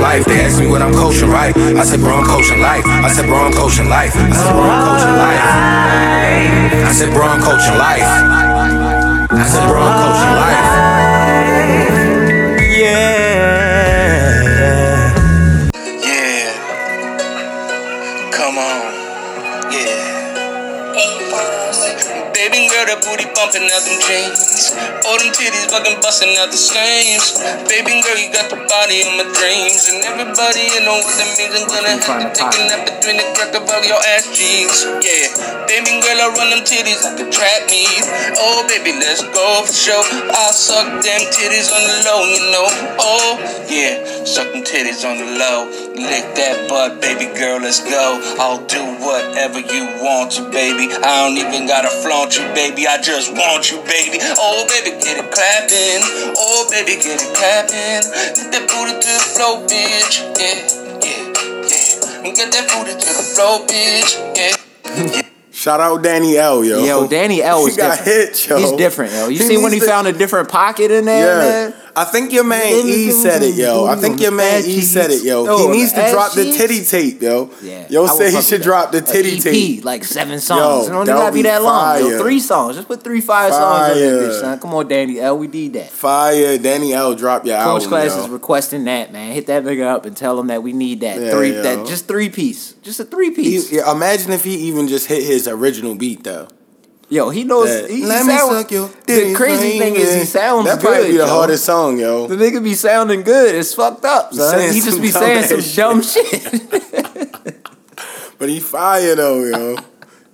life. They ask me what I'm coaching, right? I said, bro, I'm coaching life. I said, bro, I'm coaching life. I said, bro, I'm coaching life. I said, bro, I'm coaching life. I said, bro, I'm coaching life. Yeah. Yeah, come on. Yeah. Baby girl, that booty bumping out them jeans. All them titties fucking busting out the seams. Baby girl, you got the body of my dreams. And everybody, you know what that means. I'm gonna have to take a nap between the crack of all your ass cheeks. Yeah. Baby girl, I run them titties like a trap meet. Oh, baby, let's go for show. I suck them titties on the low, you know. Oh, yeah. Suck them titties on the low. Lick that butt, baby girl, let's go. I'll do whatever you want to, baby. I don't even gotta flaunt you, baby. I just want you, baby. Oh, baby, get it clapping. Oh, baby, get it clapping. Get that booty to the floor, bitch. Yeah, yeah, yeah. Get that booty to the floor, bitch. Yeah. Shout out Danny L, yo. Yo, Danny L He is got different. hit, yo. He's different, yo. You He see when needs he to- found a different pocket in there? Yeah. man? I think your man E said it, yo. I think your man E said it, yo. Oh, He needs to the drop the edges? titty tape, yo. Yeah. Yo I said would he fuck should with drop the that. E A titty EP, tape. like seven songs. it Yo, don't that even gotta would be be that long. fire. Yo, three songs. Just put three five songs on Fire. there, bitch, son. Come on, Danny L. We need that. Fire, Danny L, drop your Coach album, class yo. is requesting that, man. Hit that nigga up and tell him that we need that Yeah, three. yo. That just three piece. Just a three He- piece. yeah, imagine if he even just hit his original beat though. Yo, he knows. he, he Let me sound- suck your The titty, crazy thing is, he baby. sounds That good. probably be the yo. hardest song, The yo. nigga be sounding good. It's fucked up. Son. saying He just some be dumb saying ass some shit. dumb shit. But he fire though, yo.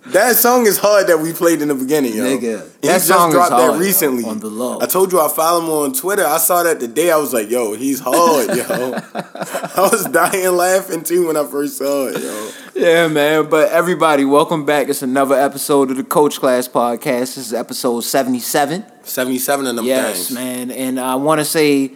that song is hard that we played in the beginning, yo. Nigga, He that song is hard, yo, recently. on the low. I told you I follow him on Twitter. I saw that today. I was like, yo, he's hard, yo. I was dying laughing too when I first saw it, yo. Yeah, man. But everybody, welcome back. It's another episode of the Coach Class Podcast. This is episode 77. 77 and them Yes, things. man. And I want to say,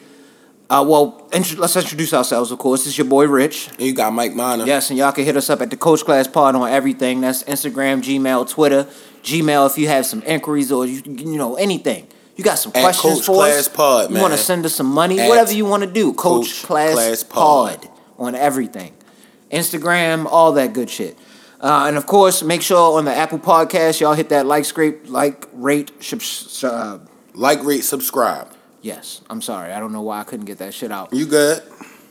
uh, well, intro- let's introduce ourselves, of course. It's your boy, Rich. And you got Mike Minor. Yes, and y'all can hit us up at the Coach Class Pod on everything. That's Instagram, Gmail, Twitter. Gmail if you have some inquiries or, you, you know, anything. You got some At questions Coach for us. Class Pod, you man. want to send us some money, At whatever you want to do. Coach, Coach Class, Class Pod. Pod. on everything. Instagram, all that good shit. Uh, and of course, make sure on the Apple Podcast, y'all hit that like, scrape, like, rate, subs- uh, Like, rate, subscribe. Yes, I'm sorry. I don't know why I couldn't get that shit out. You good?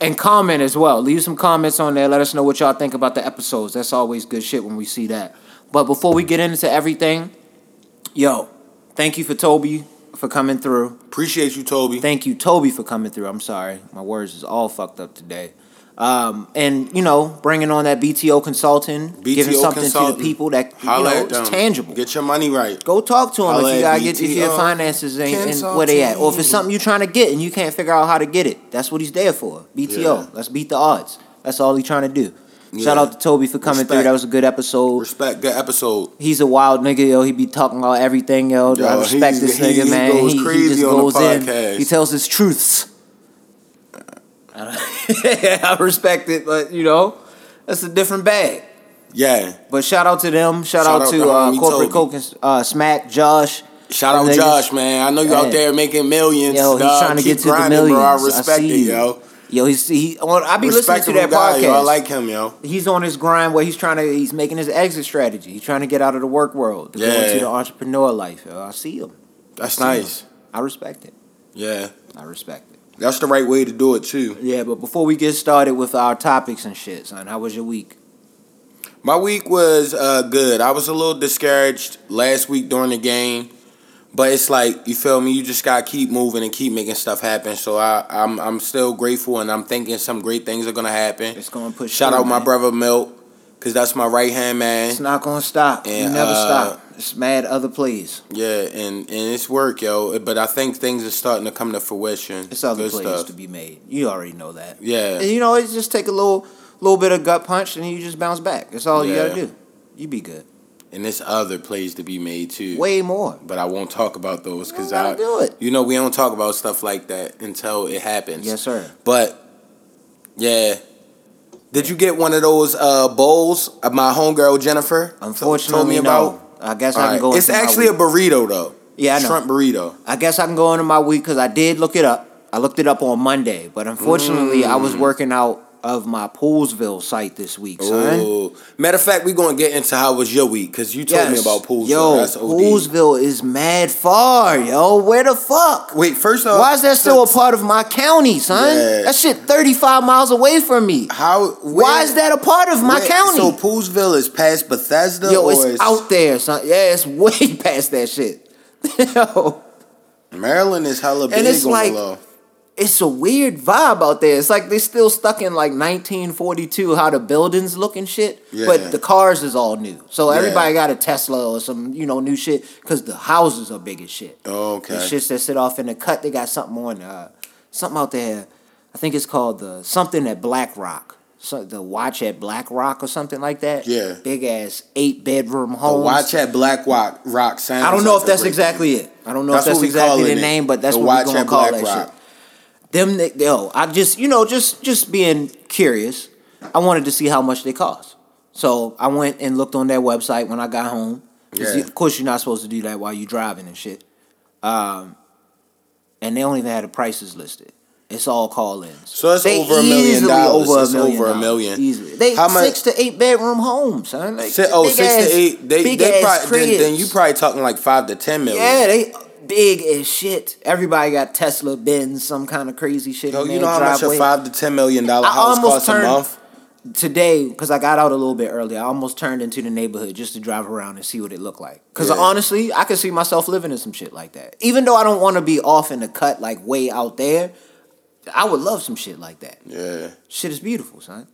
And comment as well. Leave some comments on there. Let us know what y'all think about the episodes. That's always good shit when we see that. But before we get into everything, yo, thank you for Toby for coming through. Appreciate you, Toby. Thank you, Toby, for coming through. I'm sorry. My words is all fucked up today. Um, and you know, bringing on that BTO consultant, giving BTO something to consultant. the people that you Holla know, at them. it's tangible. Get your money right. Go talk to them Holla if you at gotta get if your BTO finances ain't and where they at, or if it's consulting. something you're trying to get and you can't figure out how to get it. That's what he's there for. BTO. Yeah. Let's beat the odds. That's all he's trying to do. Shout Yeah. out to Toby for coming through. Respect. That was a good episode. Respect. Good episode. He's a wild nigga, yo. He be talking about everything, yo. I Yo, respect he's- this he- nigga, he man. goes he, he crazy just on the goes podcast. in. He tells his truths. I, don't- I respect it, but you know, that's a different bag. Yeah. But shout out to them. Shout, Shout out, out to, to uh, homie corporate Toby. Coke, uh, Smack, Josh. Shout Them out niggas. Josh, man. I know you Yeah. out there making millions. Yo, he's dog. trying to Keep get to the grinding, millions. Bro. I I respect see it, you. yo. Yo, he's he. On, I be listening to Respectable that guy, podcast. Yo. I like him, yo. he's on his grind where he's trying to. He's making his exit strategy. He's trying to get out of the work world to go Yeah. into the entrepreneur life. Yo, I see him. That's I see him. nice. I respect it. Yeah. I respect it. That's the right way to do it too. Yeah, but before we get started with our topics and shit, son, how was your week? My week was uh, good. I was a little discouraged last week during the game, but it's like you feel me. You just gotta keep moving and keep making stuff happen. So I, I'm I'm still grateful and I'm thinking some great things are gonna happen. It's gonna push. Shout through, out my man. brother Milk, cause that's my right hand man. It's not gonna stop. you And, never uh, stop. It's mad other plays. Yeah, and, and it's work, yo. But I think things are starting to come to fruition. It's other Good plays stuff. to be made. You already know that. Yeah. And, you know, it's just take a little little bit of gut punch and you just bounce back. That's all you Yeah. gotta do. You be good. And there's other plays to be made too. Way more. But I won't talk about those because You gotta I do it. You know we don't talk about stuff like that until it happens. Yes, sir. But yeah, did you get one of those uh, bowls? Uh, My homegirl Jennifer t- Unfortunately, told me no. about. I guess I All can right. go. It's into my actually a week. burrito though. yeah. I know. shrimp burrito. I guess I can go into my week because I did look it up. I looked it up on Monday, but unfortunately, I Mm. was working out of my Poolsville site this week, Oh, son. Ooh. Matter of fact, we gonna get into how was your week because you told me Yes. about Poolsville. Yo, That's OD. Poolsville is mad far, yo. Where the fuck? Wait, first off, Why is that still a part of my county, son? Yeah. That shit 35 miles away from me. How? Why is that a part of my where- county? So Poolsville is past Bethesda. yo, or it's, out there, son. Yeah, it's way past that shit. yo, Maryland is hella big it's on like- the low. it's a weird vibe out there. It's like they still stuck in like 1942, how the buildings look and shit. Yeah. But the cars is all new. So Yeah. everybody got a Tesla or some, you know, new shit because the houses are big as shit. Oh, Okay. The shits that sit off in the cut, they got something on, uh, something out there. I think it's called the something at Black Rock. So the watch at Black Rock or something like that. Yeah. Big ass eight bedroom The homes. watch at Black Rock Rock sounds. I don't know like if a that's great exactly it. I don't know That's if what that's we exactly calling the it. name, but that's The what watch we're gonna at call Black that Rock. shit. Them, ni- yo, I just, you know, just just being curious. I wanted to see how much they cost, so I went and looked on their website when I got home. 'Cause Yeah. Of course, you're not supposed to do that while you're driving and shit. Um, and they don't even have the prices listed. It's all call-ins. So it's They over a million easily dollars. Over It's a million. over a dollars. million. Easily. They How much- six to eight bedroom homes. Son. Like, Si- oh, big six ass- to eight. They, big they ass probably, then, then cribs. you probably talking like five to ten million. Yeah, they big as shit. Everybody got Tesla, Benz, some kind of crazy shit. Yo, in you their know how much a driveway. five to ten million dollar I house almost costs a turned- month? today because I got out a little bit early. I almost turned into the neighborhood just to drive around and see what it looked like. Because Yeah. honestly, I could see myself living in some shit like that. Even though I don't want to be off in the cut like way out there, I would love some shit like that. Yeah. Shit is beautiful, son.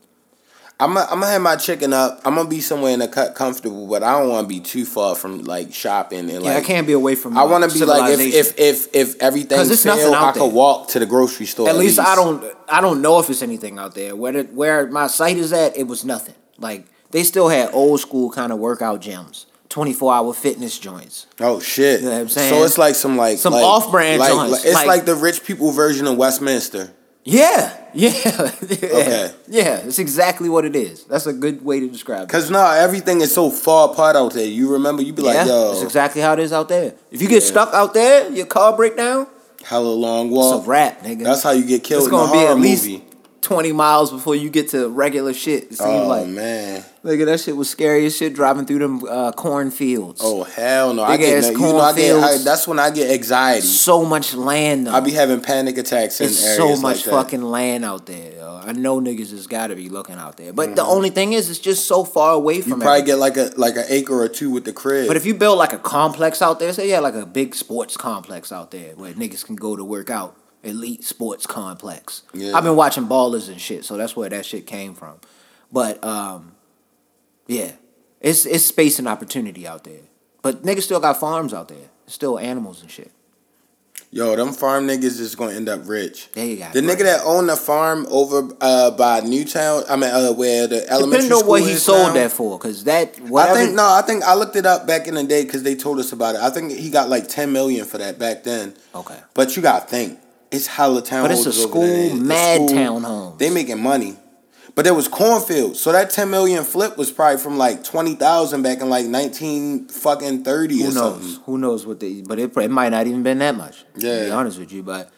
I'm gonna I'm have my chicken up. I'm gonna be somewhere in the cut comfortable, but I don't want to be too far from like shopping and Yeah, like I can't be away from. I want to be like if civilization. if if if everything 'Cause it's nothing failed, out I there. could walk to the grocery store. At least I don't I don't know if it's anything out there. Where the, where my site is at, it was nothing. Like they still had old school kind of workout gyms, twenty four hour fitness joints. Oh shit! You know what I'm So saying? it's like some like Some like- off-brand like, joints, like- it's like, like- the rich people version of Westminster. Yeah, yeah, yeah. Okay. yeah. It's exactly what it is. That's a good way to describe it. Cause no, everything is so far apart out there. You remember? You be like, yeah, yo, that's exactly how it is out there. If you get Yeah. stuck out there, your car break down, hella long it's a walk. wrap, nigga. Uh, That's how you get killed it's in a gonna be horror at least movie. twenty miles before you get to regular shit. It seems Oh like man! nigga, that shit was scary as shit driving through them uh, cornfields. Oh hell no! I Big get ass no- you know I get I, cornfields. that's when I get anxiety. so much land though. I be having panic attacks in it's so areas much like that. fucking land out there. Yo. I know niggas has got to be looking out there, but the only thing is, it's just so far away Mm-hmm. You from. probably it. get like a like an acre or two with the crib. But if you build like a complex out there, say yeah, like a big sports complex out there where niggas can go to work out. Elite sports complex. Yeah. I've been watching ballers and shit, so that's where that shit came from. But um, yeah, it's it's space and opportunity out there. But niggas still got farms out there, still animals and shit. Yo, them farm niggas is gonna end up rich. There you go. The nigga that owned the farm over uh by Newtown, I mean uh, where the elementary Depending on school what he is sold now, that for, because that I whatever, think no, I think I looked it up back in the day because they told us about it. I think he got like ten million for that back then. Okay. But you gotta think, it's hella town. But it's a over school, there. It's mad townhomes. They making money, but there was cornfields. So that ten million flip was probably from like twenty thousand back in like nineteen fucking thirty or Who knows? something. Who knows what they? But it, pr- it might not even been that much. To be Yeah. honest with you, but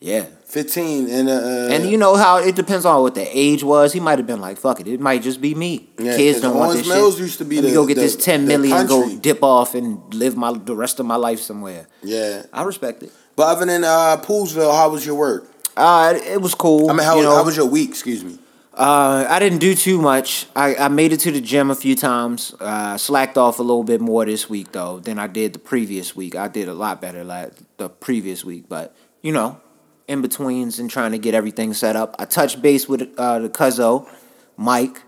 yeah. Fifteen and uh, And you know how it depends on what the age was. He might have been like, "Fuck it, it might just be me." Yeah, Kids 'cause don't want Owens this Mills shit. used to be Let me the- go get the- this ten the million, and go country. dip off and live my the rest of my life somewhere. yeah. I respect it. But other than uh, Poolsville, how was your work? Uh, it, it was cool. I mean, how, you know? how was your week? Excuse me. Uh, I didn't do too much. I, I made it to the gym a few times. Uh, slacked off a little bit more this week though than I did the previous week. I did a lot better like the previous week, but you know, in betweens and trying to get everything set up. I touched base with uh, the Cuzzo, Mike,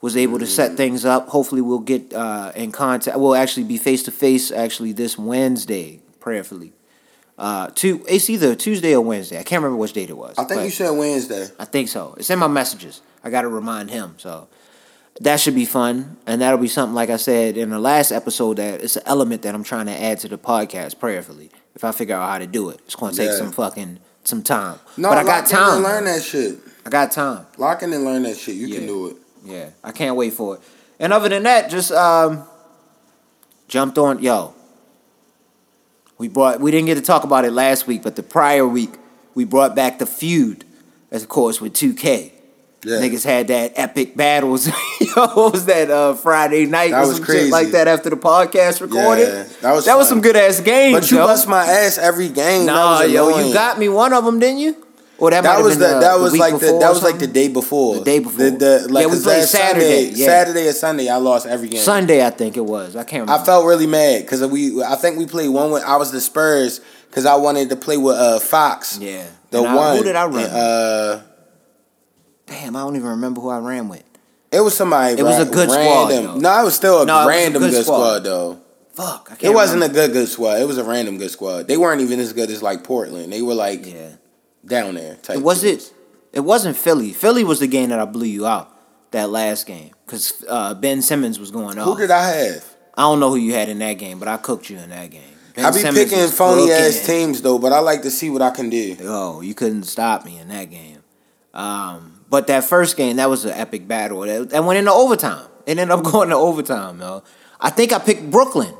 was able to Mm-hmm. set things up. Hopefully, we'll get uh, in contact. We'll actually be face to face actually this Wednesday, prayerfully. Uh, two, it's either Tuesday or Wednesday. I can't remember which date it was. I think but- you said Wednesday. I think so. It's in my messages. I got to remind him. So that should be fun. And that'll be something, like I said in the last episode, that it's an element that I'm trying to add to the podcast prayerfully. If I figure out how to do it, it's going to take Yeah. some fucking some time. No, but I got lock in and time. Learn that shit. I got time. Lock in and learn that shit. You Yeah. can do it. Yeah, I can't wait for it. And other than that, just um, jumped on. Yo, we brought. We didn't get to talk about it last week, but the prior week we brought back the feud, of course, with 2K. Yeah. Niggas had that epic battles. Yo, what was that uh, Friday night? That or was some shit crazy. like that after the podcast recorded. Yeah, that was fun. some good ass games. But you yo. bust my ass every game. Nah, that was yo, you annoying. got me one of them, didn't you? Or that, might That have was been the, that was week like the before that or was like the something? day before. The day before. The, the, like, Yeah, we 'cause played last Saturday, Sunday, yeah. Saturday or Sunday, I lost every game. Sunday, I think it was. I can't remember. I felt really mad because we. I think we played one with I was the Spurs because I wanted to play with uh, Fox. yeah. the And I- one. Who did I run? and, uh, Damn, I don't even remember who I ran with. it was somebody. It was a right, good squad, random. though. No, it was still a No, it was a random good good, squad. squad. though. Fuck, I can't. it wasn't remember. a good good squad. It was a random good squad. They weren't even as good as like Portland. They were like Yeah. down there. Type It was teams. it. It wasn't Philly. Philly was the game that I blew you out. That last game, because uh, Ben Simmons was going Who off. did I have? I don't know who you had in that game, but I cooked you in that game. Ben I be Simmons picking was phony ass cooking. teams though, but I like to see what I can do. Yo, you couldn't stop me in that game. Um, but that first game, that was an epic battle. That, that went into overtime. It ended up going to overtime, yo. I think I picked Brooklyn.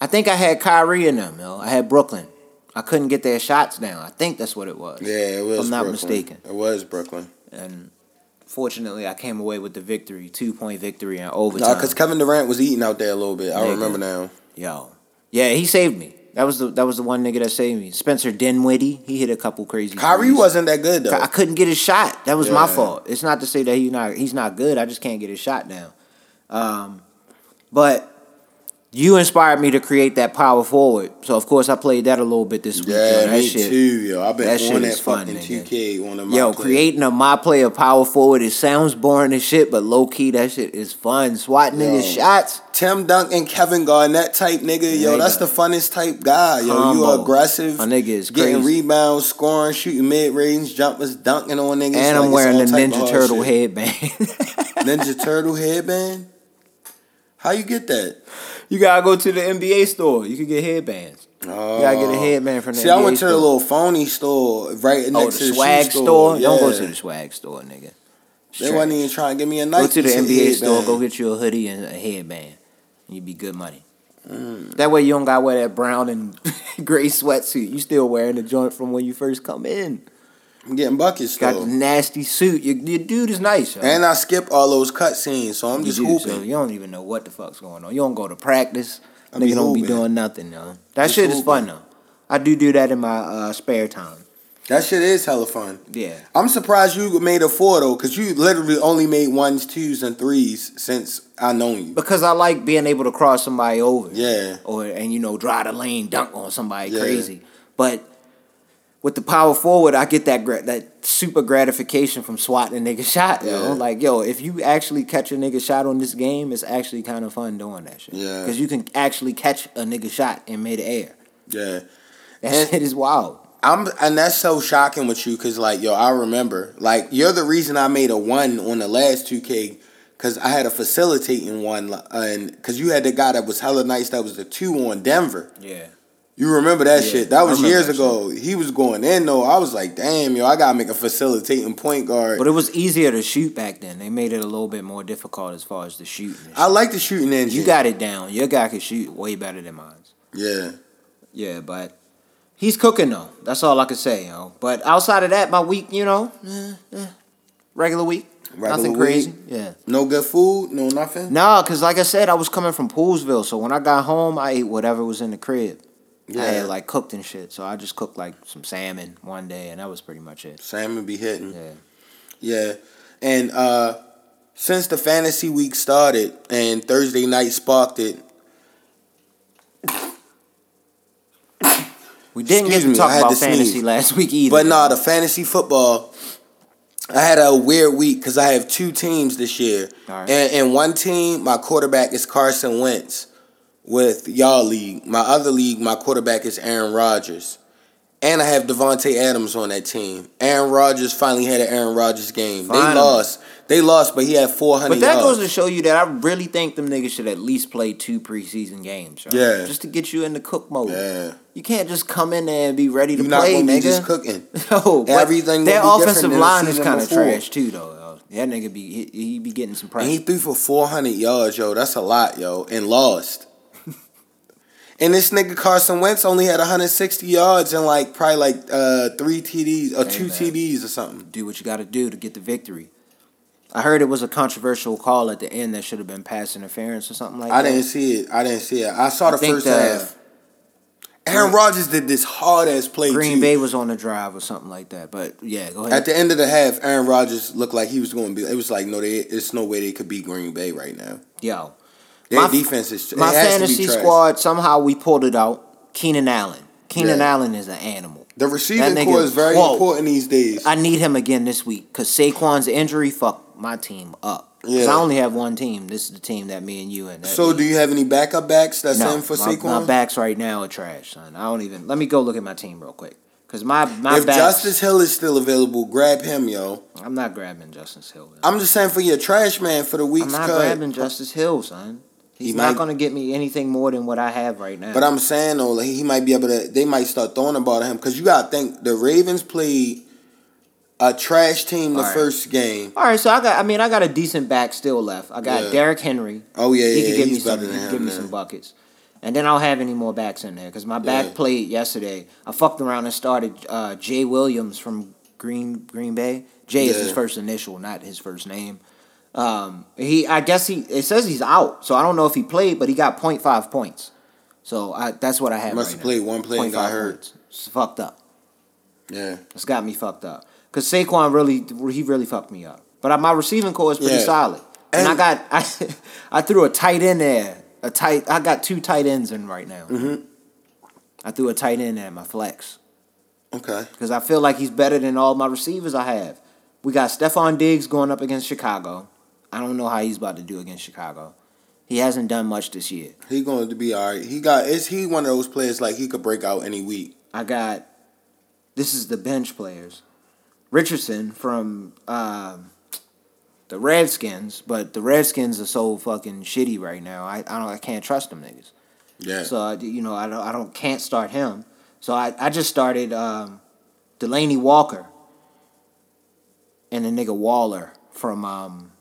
I think I had Kyrie in them, yo. I had Brooklyn. I couldn't get their shots down. I think that's what it was. Yeah, it was. If I'm not Brooklyn. mistaken. It was Brooklyn. And fortunately, I came away with the victory, two point victory in overtime. No, because Kevin Durant was eating out there a little bit. I Nigga. remember now. Yo, yeah, he saved me. That was the that was the one nigga that saved me. Spencer Dinwiddie, he hit a couple crazy. Kyrie threes. wasn't that good though. I couldn't get his shot. That was my Yeah. fault. It's not to say that he not he's not good. I just can't get his shot down. Um, but you inspired me to create that power forward. So of course I played that a little bit this week. yo. yeah, That me shit- too, yo. I've been that shit on that is fun, fucking nigga. 2K on the Yo, creating a my player power forward. It sounds boring as shit, but low key that shit is fun. Swatting Yo. niggas shots. Tim Duncan, Kevin Garnett type nigga, yo, Nigga. that's the funnest type guy, yo. Combo. You aggressive, My nigga is getting crazy. rebounds, scoring, shooting mid range jumpers, dunking on and niggas, like I'm it's wearing all the type of Ninja hard Turtle shit. headband. Ninja Turtle headband. How you get that? you gotta go to the NBA store. You can get headbands. Oh. You gotta get a headband from the See, NBA I went to store. the little phony store right next Oh, the to the swag shoe store. store. Don't go Yeah. to the swag store, nigga. They Trash. wasn't even trying to give me a Nike. go to the NBA headband. store. Go get you a hoodie and a headband. And you be good money. Mm. That way you don't got to wear that brown and gray sweatsuit. You still wearing the joint from when you first come in. I'm getting buckets Got though. the nasty suit. Your, your dude is nice. Yo. And I skip all those cutscenes, so I'm You just do, hooping. so you don't even know what the fuck's going on. You don't go to practice. I nigga be don't be hooping. doing nothing. Yo. That Just shit is hooping. fun though. I do do that in my uh, spare time. That shit is hella fun. Yeah. I'm surprised you made a four though, because you literally only made ones, twos, and threes since I know you. because I like being able to cross somebody over. Yeah. Or and you know drive the lane, dunk on somebody Yeah. crazy. But with the power forward, I get that gra- that super gratification from swatting a nigga shot. Yeah. Yo. Like yo, if you actually catch a nigga shot on this game, it's actually kind of fun doing that shit. Yeah. Because you can actually catch a nigga shot in midair. Yeah. That And- shit is wild. I'm and that's so shocking with you, cause like yo, I remember like you're the reason I made a one on the last two K, cause I had a facilitating one, uh, and cause you had the guy that was hella nice that was the two on Denver. Yeah. You remember that Yeah, shit? That I was remember years that ago. He was going in though. I was like, damn, yo, I gotta make a facilitating point guard. But it was easier to shoot back then. They made it a little bit more difficult as far as the shooting. and I like the shooting engine. shit. You got it down. Your guy can shoot way better than mine. yeah. Yeah, but he's cooking though. That's all I can say, you know. But outside of that, my week, you know, eh, eh, regular week, Regular nothing week. crazy. Yeah. No good food, no nothing. Nah, cause like I said, I was coming from Poolsville, so when I got home, I ate whatever was in the crib. I Yeah, had like like cooked and shit, so I just cooked like some salmon one day, and that was pretty much it. salmon be hitting. Yeah. Yeah, and uh, since the fantasy week started and Thursday night sparked it, We didn't get Excuse to me, talk I had about to sneeze. fantasy last week either. but nah, the fantasy football. I had a weird week because I have two teams this year, Alright. and, and one team my quarterback is Carson Wentz with y'all league. My other league, my quarterback is Aaron Rodgers, and I have Devonte Adams on that team. Aaron Rodgers finally had an Aaron Rodgers game. Finally. They lost. They lost, but he had four hundred. But that goes yards. to show you that I really think them niggas should at least play two preseason games. yo. Yeah. Just to get you in the cook mode. Yeah. You can't just come in there and be ready to You're not play, gonna nigga. be just cooking. no, but Everything Their will be different offensive than the line is season kind of before. trash too, though. yo. That nigga be he, he be getting some And pressure. he threw for 400 yards, yo. That's a lot, yo. And lost. And this nigga Carson Wentz only had 160 yards and like probably like uh, three TDs or Hey, two man. TDs or something. do what you got to do to get the victory. I heard it was a controversial call at the end that should have been pass interference or something like I that. didn't see it. I didn't see it. I saw the think first the- half. Aaron Rodgers did this hard ass play Green too. Bay was on the drive or something like that. But yeah, go ahead. At the end of the half, Aaron Rodgers looked like he was going to be. It was like no, they, it's no way they could beat Green Bay right now. Yo, Their My- defense is. my it has to fantasy be trash. squad somehow we pulled it out. Keenan Allen. Keenan Yeah. Allen is an animal. The That receiving nigga- core is very Whoa. important these days. I need him again this week because Saquon's injury fucked my team up. 'Cause I Yeah. only have one team. This is the team that me and you and that so, me. do you have any backup backs that's in for my, Saquon? my backs right now are trash, son. I don't even. Let me go look at my team real quick because my my if backs. Justice Hill is still available, grab him, yo. I'm not grabbing Justice Hill. man. I'm just saying for your trash man for the I'm week's not cut. grabbing Justice Hill, son. He's He not might- gonna get me anything more than what I have right now. But I'm saying though, like, he might be able to. They might start throwing the ball to him because you gotta think the Ravens played a trash team the All right. first game. All right, so I got. I mean, I got a decent back still left. I got Yeah. Derrick Henry. Oh yeah, he yeah, could give me he's some. He better could than him. give me man. some buckets, and then I'll have any more backs in there because my back Yeah. played yesterday. I fucked around and started uh, Jay Williams from Green Green Bay. Jay is his Yeah. first initial, not his first name. Um, he, I guess he. It says he's out, so I don't know if he played, but he got 0.5 points. So I, that's what I have. Must right have played now. one play and 0.5 got hurt. points. It's fucked up. Yeah, It's got me fucked up. Cause Saquon really, he really fucked me up. But my receiving core is pretty Yeah. solid, and, I And- got I, I threw a tight end there, a tight. I got two tight ends in right now. I threw a tight end at my flex okay. because I feel like he's better than all my receivers I have. We got Stephon Diggs going up against Chicago. I don't know how he's about to do against Chicago. He hasn't done much this year. He going to be all right. He got. Is he one of those players like he could break out any week? I got this is the bench players. Richardson from um, the Redskins, but the Redskins are so fucking shitty right now. I, I don't I can't trust them niggas. Yeah. So I, you know I don't I don't can't start him. So I, I just started um, Delaney Walker and the nigga Waller from um,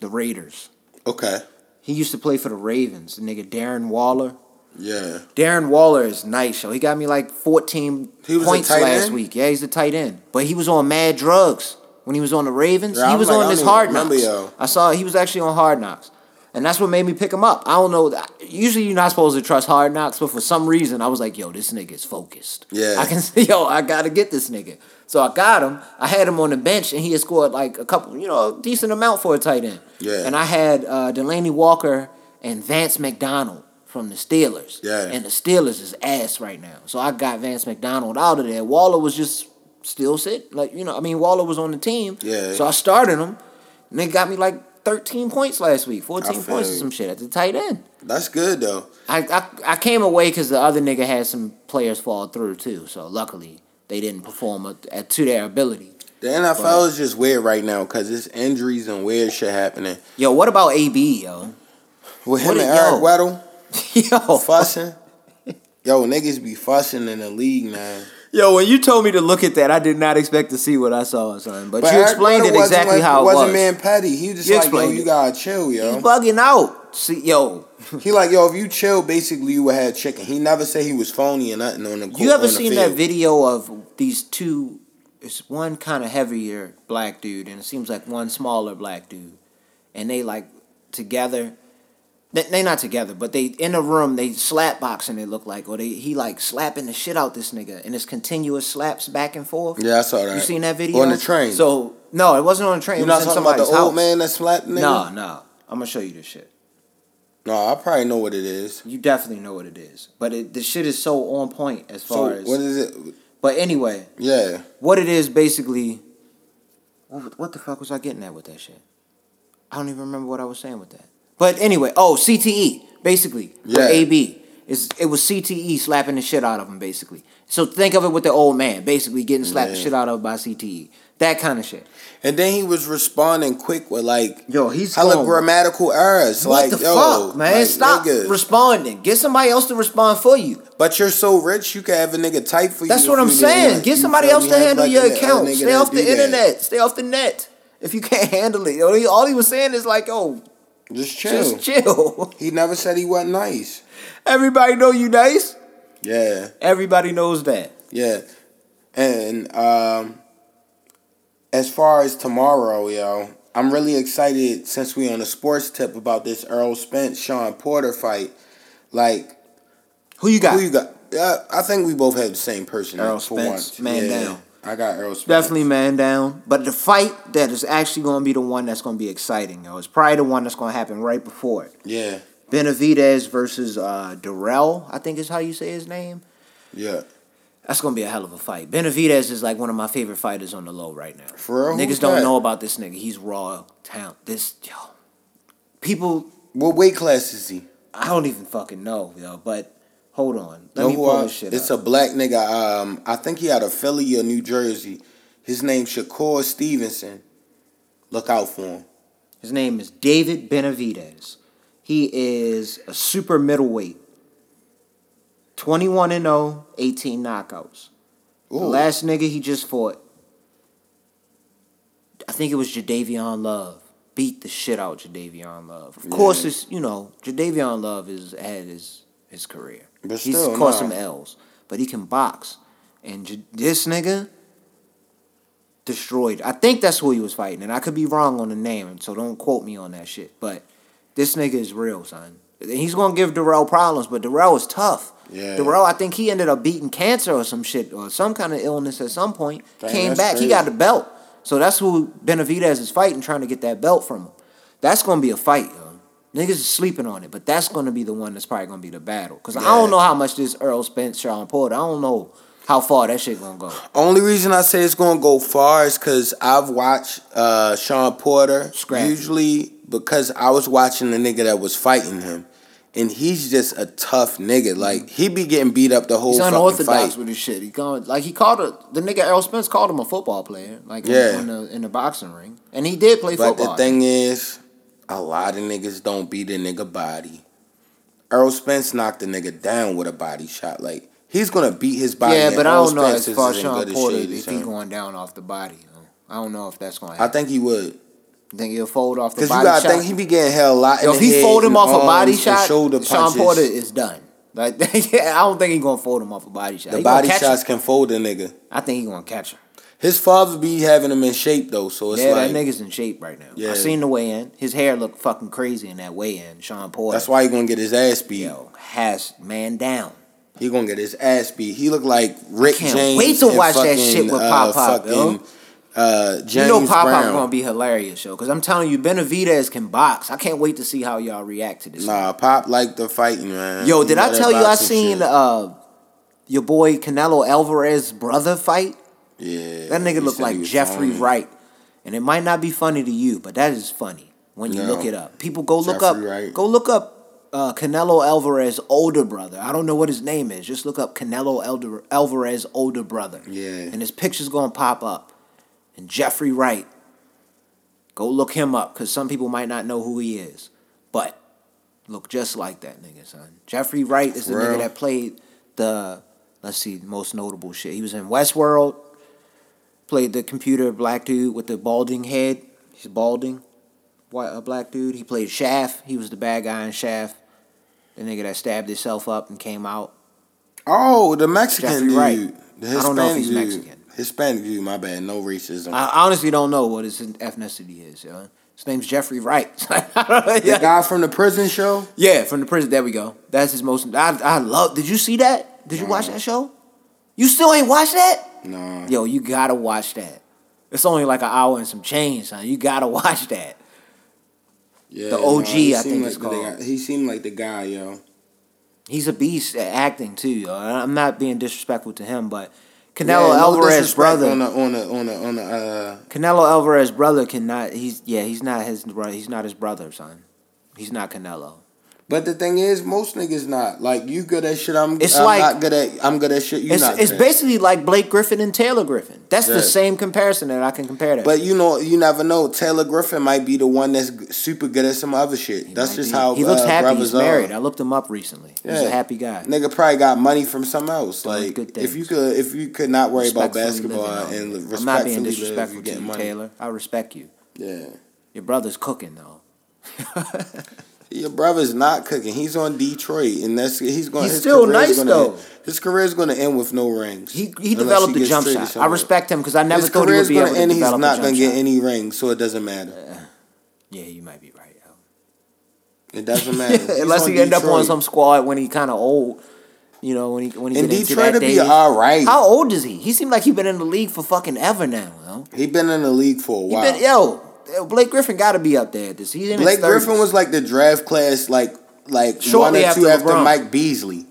the Raiders. okay. He used to play for the Ravens. The nigga Darren Waller. Yeah. Darren Waller is nice, yo. He got me like 14 He was a points tight last end? week. Yeah, he's a tight end. But he was on mad drugs when he was on the Ravens. Yeah, he I'm was like, I on don't this even Hard remember, Knocks. yo. I saw he was actually on Hard Knocks. And that's what made me pick him up. I don't know. Usually you're not supposed to trust Hard Knocks, but for some reason I was like, yo, this nigga is focused. Yeah. I can see, yo, I got to get this nigga. So I got him. I had him on the bench and he had scored like a couple, you know, a decent amount for a tight end. Yeah. And I had uh, Delaney Walker and Vance McDonald from the Steelers. Yeah. And the Steelers is ass right now. So I got Vance McDonald out of there. Waller was just still sit. Like, you know, I mean, Waller was on the team. Yeah. So I started him. And they got me like 13 points last week, 14 feel points or you. some shit at the tight end. That's good though. I, I, I came away because the other nigga had some players fall through too. So luckily, they didn't perform at, at, to their ability. The NFL is just weird right now because it's injuries and weird shit happening. Yo, what about AB, yo? With What him it- and yo. Eric Weddle yo. fussing. Yo, niggas be fussing in the league now. Yo, when you told me to look at that, I did not expect to see what I saw, son. But, you Eric explained Weddle it wasn't exactly like- how it wasn't was. man petty. He was just You like, yo, explained you it. gotta chill, He's yo. bugging out. See, yo, He like, yo, if you chill, basically you would have chicken. He never said he was phony or nothing on the court. you ever on the seen field. that video of these two? It's one kind of heavier black dude, and it seems like one smaller black dude, and they like together. They, they not together, but they in a room. They slap boxing. It looked like, or they he like slapping the shit out this nigga, and it's continuous slaps back and forth. Yeah, I saw that. You seen that video On the train. So no, it wasn't on the train. you it was not in talking about the somebody's old house. man that slapped nigga? No, no. I'm gonna show you this shit. No, I probably know what it is. You definitely know what it is, but it, the shit is so on point as So far as. what is it? but anyway, Yeah. what it is basically. What, what the fuck was I getting at with that shit? I don't even remember what I was saying with that. But anyway, oh CTE basically with Yeah. AB is it was CTE slapping the shit out of him basically. So think of it with the old man basically getting slapped the Yeah. shit out of by CTE. That kind of shit. And then he was responding quick with like Yo, he's hella going- grammatical errors. What like the yo, fuck, man? like, Stop nigga. responding. Get somebody else to respond for you. But you're so rich, you can have a nigga type for you. That's if what you I'm didn't saying. like- Get you somebody feel else me? to Act handle like your a- a account. nigga Stay that off do the that. internet. Stay off the net. If you can't handle it, all he, all he was saying is like, "Yo, Just chill. just chill." He never said he wasn't nice. Everybody know you nice. Yeah, Everybody knows that. yeah. And um, as far as tomorrow, yo, I'm really excited since we on the sports tip about this Earl Spence Sean Porter fight. Like, Who you got? who you got? Yeah, I think we both have the same person. Errol for Spence, once. man Yeah, down. I got Earl Spence. Definitely man down. But the fight that is actually going to be the one that's going to be exciting, yo. It's probably the one that's going to happen right before it. Yeah, Benavidez versus uh, Durrell, I think is how you say his name. yeah. That's gonna be a hell of a fight. Benavidez is like one of my favorite fighters on the low right now. For real? Who's niggas don't that? know about this nigga. He's raw talent. This yo, people, What weight class is he? I don't even fucking know, yo. But hold on, let Know me who pull I- this shit It's up. a black nigga. Um, I think he out of Philly or New Jersey. His name Shakur Stevenson. Look out for him. His name is David Benavidez. He is a super middleweight. 21 and 0, 18 knockouts. The Ooh. last nigga he just fought, I think it was Jadavion Love. Beat the shit out Jadavion Love. Of course, it's you know Jadavion Love is had his his career. But He's still, caught nah. some L's, but he can box. And J- this nigga destroyed. I think that's who he was fighting, and I could be wrong on the name, so don't quote me on that shit. But this nigga is real, son. He's gonna give Darrell problems, but Darrell is tough. Yeah. Darrell, I think he ended up beating cancer or some shit or some kind of illness at some point. Dang, came that's back, crazy. he got the belt. So that's who Benavidez is fighting, trying to get that belt from him. That's gonna be a fight, yo. Niggas is sleeping on it, but that's gonna be the one that's probably gonna be the battle. Cause I Yeah. don't know how much this Earl Spence, Sean Porter, I don't know how far that shit gonna go. Only reason I say it's gonna go far is because I've watched uh, Sean Porter Scrappy. usually because I was watching the nigga that was fighting him, and he's just a tough nigga. Like he be getting beat up the whole He's fucking unorthodox fight. with his shit. He going like he called a, the nigga Errol Spence called him a football player, like Yeah. in, the in the boxing ring, and he did play But football. the thing is, a lot of niggas don't beat a nigga body. Earl Spence knocked the nigga down with a body shot. Like he's gonna beat his body. yeah, and but I Errol don't know Spence as far as isn't Sean good as Porter shit if as he him. going down off the body. you know. I don't know if that's going to I happen. think he would. think he'll fold off the Cause body you gotta shot. think he be getting hell a lot. in Yo, the if he head fold him and off a body arms and shot, shoulder Sean punches. Porter is done. Like I don't think he's gonna fold him off a body shot. The He gonna body catch shots Him. can fold a nigga. I think he's gonna catch him. His father be having him in shape though, so it's yeah, like that nigga's in shape right now. Yeah. I seen the weigh in. His hair looked fucking crazy in that weigh in. Sean Porter. that's why he gonna get his ass beat. Yo, has man down. He gonna get his ass beat. He look like Rick can't James. wait to and watch that fucking, shit with uh, Pop-Pop, yo. fucking, Uh, James you know, Pop Brown. Pop gonna be hilarious, yo. Because I'm telling you, Benavidez can box. I can't wait to see how y'all react to this. Nah, Pop like the fighting man. Yo, He did know I that tell you I boxing seen shit. uh, your boy Canelo Alvarez brother fight? yeah, That he nigga looked said he like was Jeffrey phony. Wright, and it might not be funny to you, but that is funny when you Yeah. look it up. People go look Jeffrey up, Wright. go look up uh, Canelo Alvarez older brother. I don't know what his name is. Just look up Canelo Elder, Alvarez older brother. Yeah. and his picture's gonna pop up. And Jeffrey Wright, go look him up because some people might not know who he is, but look just like that nigga, son. Jeffrey Wright is the For real? nigga that played the let's see most notable shit. He was in Westworld played the computer black dude with the balding head. He's balding, white a black dude. He played Shaft. He was the bad guy in Shaft. The nigga that stabbed himself up and came out. Oh, the Mexican Jeffrey dude. Wright. The I don't know if Hispanic he's dude. Mexican. Uh, Hispanic dude. My bad. No racism. I honestly don't know what his ethnicity is. Yo. His name's Jeffrey Wright. The guy from the prison show. yeah, from the prison. There we go. That's his most. I I love. Did you see that? Did you Mm. watch that show? You still ain't watched that? Nah. Yo, you gotta watch that. It's only like an hour and some change, son. You gotta watch that. Yeah, The OG, he I think seemed it's like the called. guy- he seemed like the guy, yo. he's a beast at acting too. Yo. And I'm not being disrespectful to him, but Canelo Yeah, no Alvarez disrespect brother, on the on the on the on the uh, Canelo Alvarez brother cannot. He's yeah, he's not his brother. He's not his brother, son. He's not Canelo. But the thing is, most niggas not like you good at shit. I'm, It's I'm like- not good at. I'm good at shit. You It's not. it's good at. basically like Blake Griffin and Taylor Griffin. That's Yeah. the same comparison that I can compare that. But you know, you never know. Taylor Griffin might be the one that's g- super good at some other shit. that's Like, just he- how he looks uh, happy. brothers He's married. Are. I looked him up recently. He's Yeah. a happy guy. Nigga probably got money from something else. Doing like good if you things. could, if you could not worry about Respectfully living basketball out and here. respectfully I'm not being live, disrespectful you to get you, money. Taylor. I respect you. Yeah. Your brother's cooking though. Your brother's not cooking. He's on Detroit, and that's he's going. He's his still career's nice, gonna though. End, his career's going to end with no rings. He unless he developed the gets jump traded shot. I somewhere. respect him because I never His thought he would career's be going able to to end. He's develop not a going jump to get shot. any rings, so it doesn't matter. Yeah, you might be right. Al. It doesn't matter He's Unless on he end up on Detroit. some squad when he kind of old, you know, when he when he And get into Detroit that will be days. all right. How old is he? He seemed like he been in the league for fucking ever now. Yo, He been in the league for a he while. been, yo Blake Griffin got to be up there. at This he's in Blake his 30s. Griffin was like the draft class, like like Shortly one or two after after LeBron. Mike Beasley.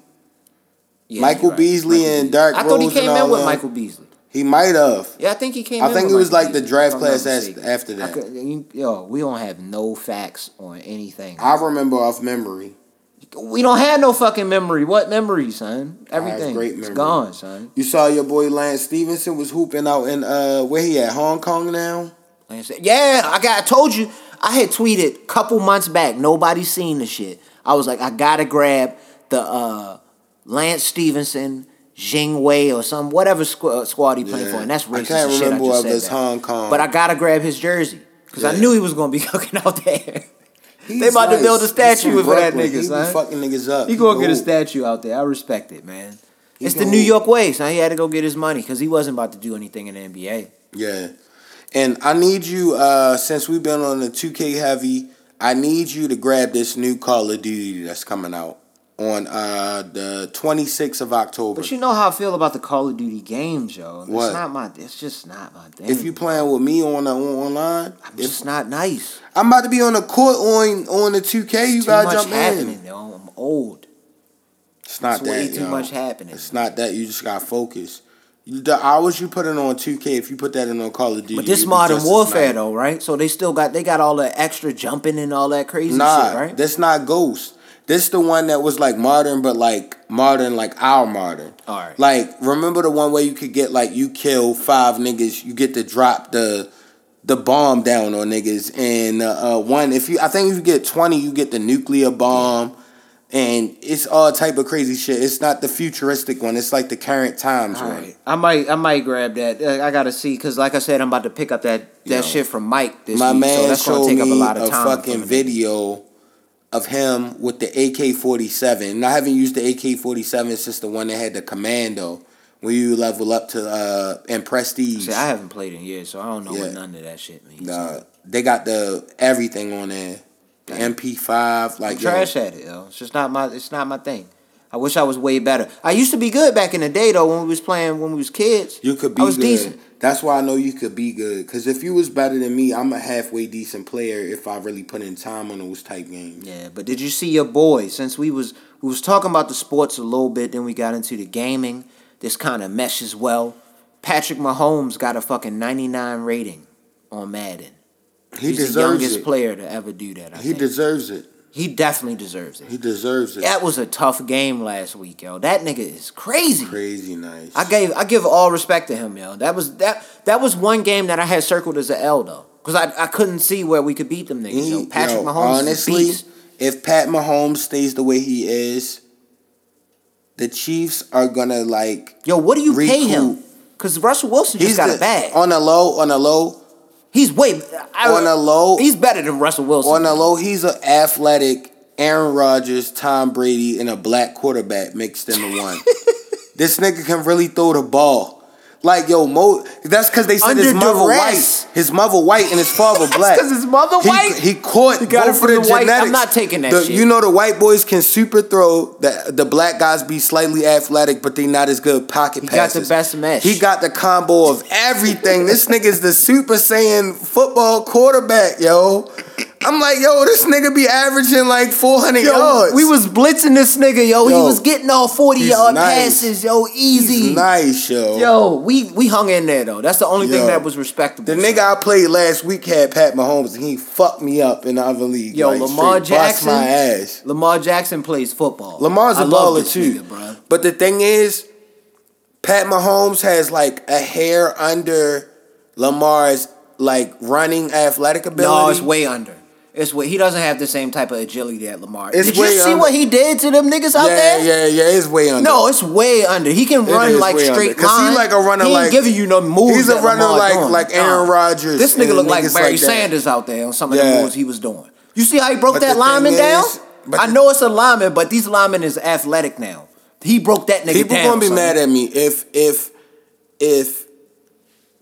Yeah, Michael you're right. Beasley and Derrick I thought he Rose and came all in with them. Michael Beasley. He might have. Yeah, I think he came. I in think with it was Michael like the Beasley, draft if I'm not class as- mistaken. after I that. could- you- yo, we don't have no facts on anything. I remember off memory. we don't have no fucking memory. What memory, son? have Everything great it's memory. gone, son. You saw your boy Lance Stevenson was hooping out in uh where he at Hong Kong now. Like I said, yeah, I got. I told you, I had tweeted couple months back. Nobody seen the shit. I was like, I gotta grab the uh, Lance Stevenson, Jing Wei, or some whatever squ- uh, squad he playing Yeah. for, and that's I racist. can't as shit. remember I just of said this that. Hong Kong. but I gotta grab his jersey because I Yeah. knew he was gonna be cooking out there. He's They about to build a He's statue from for that Brooklyn. nigga, He be son. fucking niggas up. He gonna get a hoop. statue out there. I respect it, man. Uh, He it's the can New hoop. York way, so he had to go get his money because he wasn't about to do anything in the NBA. Yeah. And I need you, uh, since we've been on the 2K heavy, I need you to grab this new Call of Duty that's coming out on uh, the 26th of October. But you know how I feel about the Call of Duty games, yo. It's What? not my. It's just not my thing. if you playing with me on the, on, online, I'm if, just not nice. I'm about to be on the court on on the 2K. You too gotta much jump happening, in. yo. I'm old. It's not It's that. way too yo. much happening. It's not that. You just gotta focus. You- The hours you put in on 2K, if you put that in on Call of Duty, But this you'd be modern just as warfare nice. though, right? So they still got they got all the extra jumping and all that crazy Nah, shit, right? that's not Ghost. This the one that was like modern, but like modern, like our modern. Alright. Like remember the one where you could get like you kill five niggas, you get to drop the the bomb down on niggas, and uh, uh, one if you I think if you get twenty, you get the nuclear bomb, and it's all type of crazy shit. It's not the futuristic one. It's like the current times All one. right. I might I might grab that. Uh, I gotta see because like I said, I'm about to pick up that that Yo. shit from Mike this My week. man so that's showed gonna take me up a lot of a time. fucking from it. video of him with the AK forty seven, and I haven't used the AK forty seven since the one that had the commando when you level up to uh and prestige. See, I haven't played in years, so I don't know Yeah. what none of that shit means. Nah, they got the everything on there, the MP five, like I'm trash at it though. It's just not my. It's not my thing. I wish I was way better. I used to be good back in the day though when we was playing when we was kids. You could be I was good. decent. That's why I know you could be good. Cause if you was better than me, I'm a halfway decent player if I really put in time on those type games. Yeah, but did you see your boy? Since we was we was talking about the sports a little bit, then we got into the gaming. This kind of meshes well. Patrick Mahomes got a fucking 99 rating on Madden. He He's the deserves youngest it. player to ever do that. I He think. deserves it. he definitely deserves it. He deserves it. That was a tough game last week, yo. That nigga is crazy. Crazy nice. I gave I give all respect to him, yo. That was that that was one game that I had circled as an L though, because I, I couldn't see where we could beat them niggas. He- yo. Patrick yo, Mahomes honestly, Honestly, if Pat Mahomes stays the way he is, the Chiefs are gonna like. Yo, what do you pay him? Recoup. Because Russell Wilson just got the, a bag. on a low. On a low. he's way I, on a low- He's better than Russell Wilson. On a low. He's an athletic Aaron Rodgers, Tom Brady, and a black quarterback mixed into one. this nigga can really throw the ball. Like yo, Mo. That's because they said his Under mother duress. white, his mother white, and his father black. 'cause his mother He- white? He, caught He got it both from of the the white. I'm genetics. not taking that The- shit. You know the white boys can super throw. The the black guys be slightly athletic, but they not as good pocket He got the passes. best mesh. He got the combo of everything. this nigga's the super saiyan football quarterback, yo. I'm like, yo, this nigga be averaging like 400 Yo, yards. we was blitzing this nigga, yo. He Yo, was getting all 40 he's yard nice. passes, yo, easy. He's nice, yo. Yo, we we hung in there though. That's the only Yo. thing that was respectable. The son. nigga I played last week had Pat Mahomes, and he fucked me up in the other league. Yo, like, Lamar straight bust Jackson. my ass. Lamar Jackson plays football. Lamar's a I love baller this too. nigga, bruh. But the thing is, Pat Mahomes has like a hair under Lamar's like running athletic ability. No, it's way under. It's way, he doesn't have the same type of agility that Lamar. It's Did you way see under. what he did to them niggas out yeah, there? yeah, yeah. It's way under. No, it's way under. He can It run is like way under. straight 'Cause he line. like a runner He ain't like- giving you no moves. he's a that runner Lamar like- doing. like Aaron Nah. Rodgers This and nigga look like niggas Barry like that. Sanders out there on some of Yeah. the moves he was doing. You see how he broke But that the lineman thing down? is- but I the- know it's a lineman, but these linemen is athletic now. He broke that nigga People down. gonna be son. mad at me if if if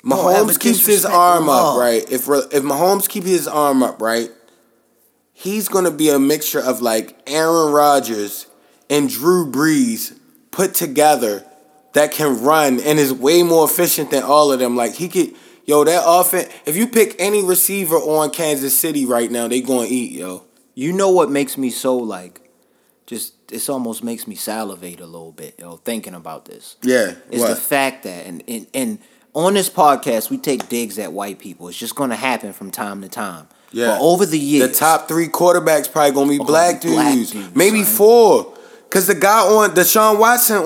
ever Mahomes keeps his disrespect arm Lamar. up right. If re- if Mahomes keep his arm up right, he's gonna be a mixture of like Aaron Rodgers and Drew Brees put together that can run and is way more efficient than all of them. Like he could. Yo, that offense. If you pick any receiver on Kansas City right now, they gonna eat, yo. You know what makes me so like, just this almost makes me salivate a little bit, yo, thinking about this. Yeah. It's the fact that and, and and on this podcast we take digs at white people. It's just gonna happen from time to time. Yeah. But over the years, The top three quarterbacks probably gonna be black dudes, black dudes, maybe son. four. Cause the guy on Deshaun Watson on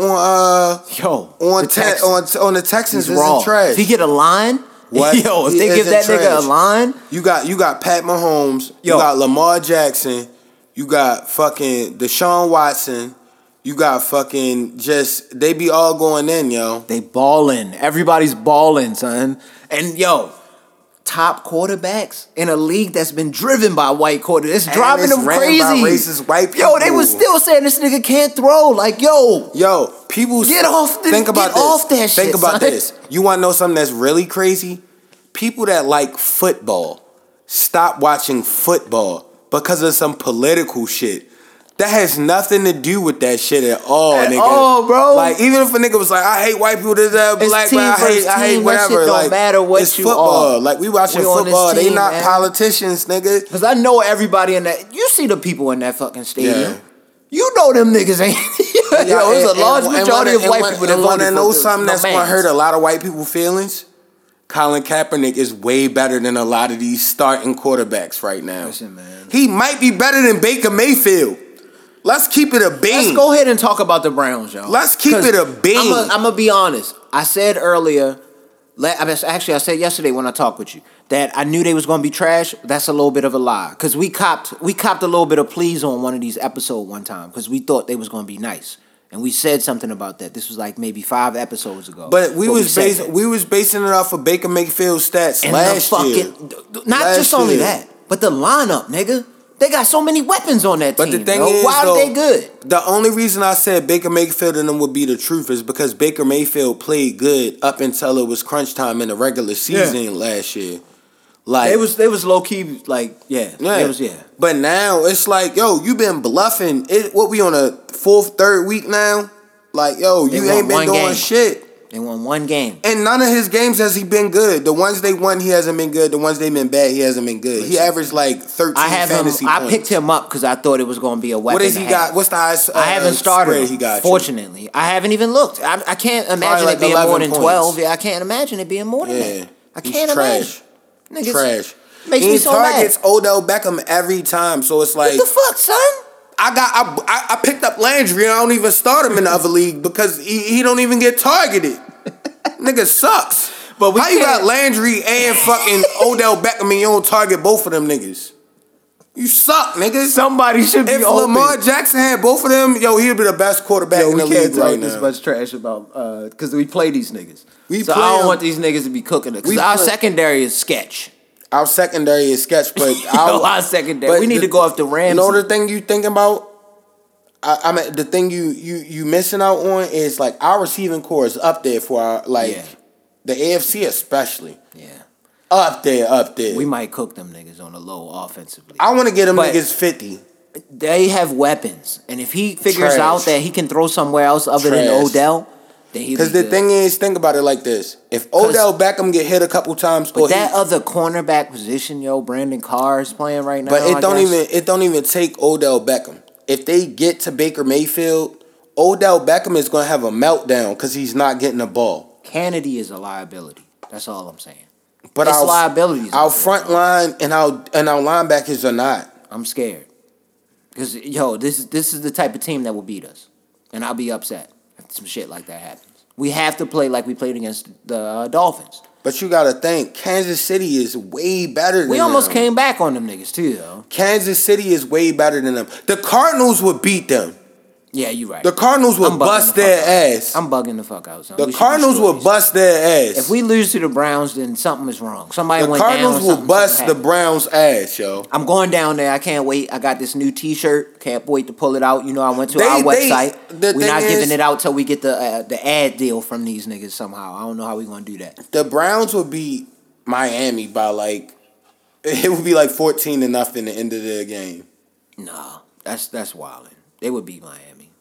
uh yo, on the te- Texans on on the Texans is is raw. trash. If he get a line, What? yo, if He they give isn't that nigga trash. a line, you got you got Pat Mahomes, Yo. you got Lamar Jackson, you got fucking Deshaun Watson, you got fucking just they be all going in, yo. They balling. Everybody's balling, son. And yo, top quarterbacks in a league that's been driven by white quarter. It's driving it's them ran by crazy. racist white Yo, they people. was still saying this nigga can't throw. Like yo, Yo, people Get off the- think about get this. off that shit, Think about son. this. You want to know something that's really crazy? People that like football stop watching football because of some political shit. That has nothing to do with that shit at all, At nigga. all, bro. Like even if a nigga was like, I hate white people, this that It's black, team but I versus hate, I hate team. That shit whatever. don't like matter what it's you football. are. Like we watching We on this football. they team, not man. politicians, nigga. because I know everybody in that. You see the people in that fucking stadium. Yeah. You know them niggas ain't. yo, it's a large majority of white people that voted want to for know the- oh something the that's man. going to hurt a lot of white people feelings. Colin Kaepernick is way better than a lot of these starting quarterbacks right now. Listen, man. He might be better than Baker Mayfield. Let's keep it a Let's beam. go ahead and talk about the Browns, y'all. Let's keep it a bean. I'm gonna be honest. I said earlier. la- I mean, actually, I said yesterday when I talked with you that I knew they was gonna be trash. That's a little bit of a lie because we copped we copped a little bit of pleas on one of these episodes one time because we thought they was gonna be nice and we said something about that. This was like maybe five episodes ago. But we was said bas- that. we was basing it off of Baker Mayfield stats And last the fucking year. not Last just only year. that, but the lineup, nigga. They got so many weapons on that But team. the thing yo. is, why though, are they good? The only reason I said Baker Mayfield and them would be the truth is because Baker Mayfield played good up until it was crunch time in the regular season last year. Like They was they was low key like yeah, Yeah. They was yeah. But now it's like, yo, you been bluffing. It what we on a fourth, third week now? Like, yo, They you won ain't one been doing game. shit. They won one game. And none of his games has he been good. The ones they won, he hasn't been good. The ones they been bad, he hasn't been good. He averaged like thirteen I have him. fantasy I points. picked him up because I thought it was going to be a weapon. What has to he have. got? What's the highest? uh, I haven't started. spread him, He got you? fortunately, I haven't even looked. I, I can't imagine like it being more 11 than points. twelve. Yeah, I can't imagine it being more than Yeah, that. I he's can't trash. imagine. Niggas, Trash. Makes he me so mad. targets Odell Beckham every time, so it's like what the fuck, son? I got I, I, I picked up Landry. and I don't even start him in the other league because he, he don't even get targeted. Nigga sucks. But But we how you can't- got Landry and fucking Odell Beckham and you don't target both of them niggas? You suck, nigga. Somebody should if Lamar Jackson had both of them, yo, he'd be the best quarterback Yo, in we the can't league talk right this now. much trash about because we play these niggas. We so play I don't 'em. want these niggas to be cooking it. 'cause We our play- secondary is sketch. Our secondary is sketch, but Yo, our secondary. We need to go after Ramsey. You know the thing you thinking about? I, I mean, the thing you you you missing out on is like our receiving core is up there for our like Yeah. the AFC especially Yeah, up there, up there. we might cook them niggas on the low offensively. I want to get them But- niggas fifty. they have weapons, and if he figures Trash. out that he can throw somewhere else other than Trash. Odell, then he. Because the thing is, think about it like this: if Odell Beckham get hit a couple times, but or he- that uh, other cornerback position, yo, Brandon Carr is playing right now. but I it don't guess. even it don't even take Odell Beckham. If they get to Baker Mayfield, Odell Beckham is gonna have a meltdown because he's not getting the ball. Kennedy is a liability. That's all I'm saying. But It's our liabilities Our out there, front bro. line and our and our linebackers are not. I'm scared because yo, this is this is the type of team that will beat us, and I'll be upset if some shit like that happens. We have to play like we played against the uh, Dolphins. But you gotta think, Kansas City is way better. Than We almost them. came back on them niggas too, though. Kansas City is way better than them. The Cardinals would beat them. Yeah, you right. The Cardinals will I'm bugging bust the fuck their ass. I'm bugging the fuck out. Son. the We should Cardinals destroy will these. bust their ass. If we lose to the Browns, then something is wrong. Somebody the went Cardinals down. will something- bust the something happened. Browns' ass, yo. I'm going down there. I can't wait. I got this new T-shirt. Can't wait to pull it out. You know, I went to They- our they- website. the We're not thing is- giving it out till we get the uh, the ad deal from these niggas somehow. I don't know how we're gonna do that. The Browns will beat Miami by like it would be like fourteen to nothing at the end of the game. Nah, that's that's wilding. They would beat Miami.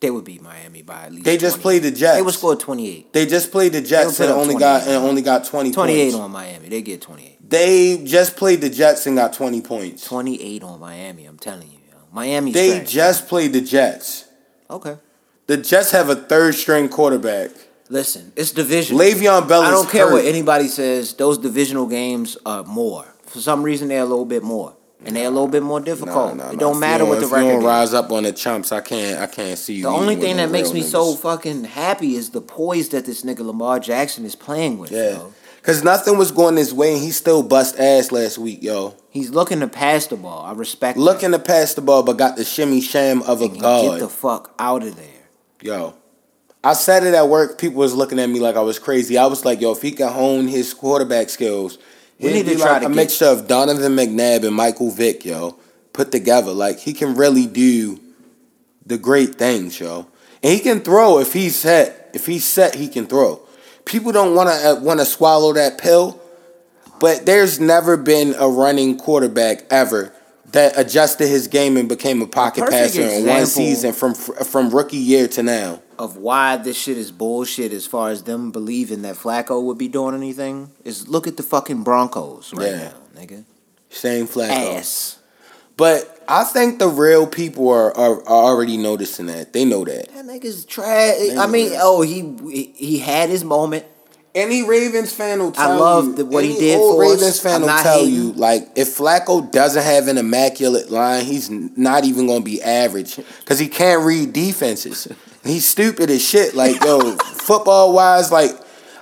They would beat Miami by at least. They 20. just played the Jets. They would score 28. They just played the Jets They would and put up only got 28. and only got twenty. 28 points. on Miami. They get 28. They just played the Jets and got twenty points. 28 on Miami. I'm telling you, yo. Miami's They trash. just played the Jets. okay. The Jets have a third string quarterback. Listen, it's division. Le'Veon Bell. I is don't care hurt. what anybody says. Those divisional games are more. For some reason, they're a little bit more, and they're a little bit more Nah, difficult. nah, it nah. don't If matter you what the don't- if you record. don't is. rise up on the chumps. I can't. I can't see you. The only eating with thing no that makes me real so niggas. fucking happy is the poise that this nigga Lamar Jackson is playing with. Yeah. Yo. Cause nothing was going his way, and he still bust ass last week, yo. He's looking to pass the ball. I respect. Looking to pass the ball, but got the shimmy sham of a that. And god, get the fuck out of there. yo. I said it at work. People was looking at me like I was crazy. I was like, yo, if he can hone his quarterback skills, We he'd need to be try like to a get- mixture of Donovan McNabb and Michael Vick, yo, put together. Like he can really do the great things, yo. And he can throw if he's set. If he's set, he can throw. People don't want to uh, want to swallow that pill, but there's never been a running quarterback ever that adjusted his game and became a pocket perfect passer in one example- season from from rookie year to now. Of why this shit is bullshit as far as them believing that Flacco would be doing anything is look at the fucking Broncos right Yeah. now, nigga. Same Flacco. Ass. But I think the real people are, are, are already noticing that. They know that. That nigga's trash. I mean, Nigga. oh, he he had his moment. Any Ravens fan will tell love you. the- what he any did old for us. Ravens fan I'm will not tell hating. you, like, if Flacco doesn't have an immaculate line, he's n- not even going to be average because he can't read defenses. he's stupid as shit. Like, yo, football wise, like,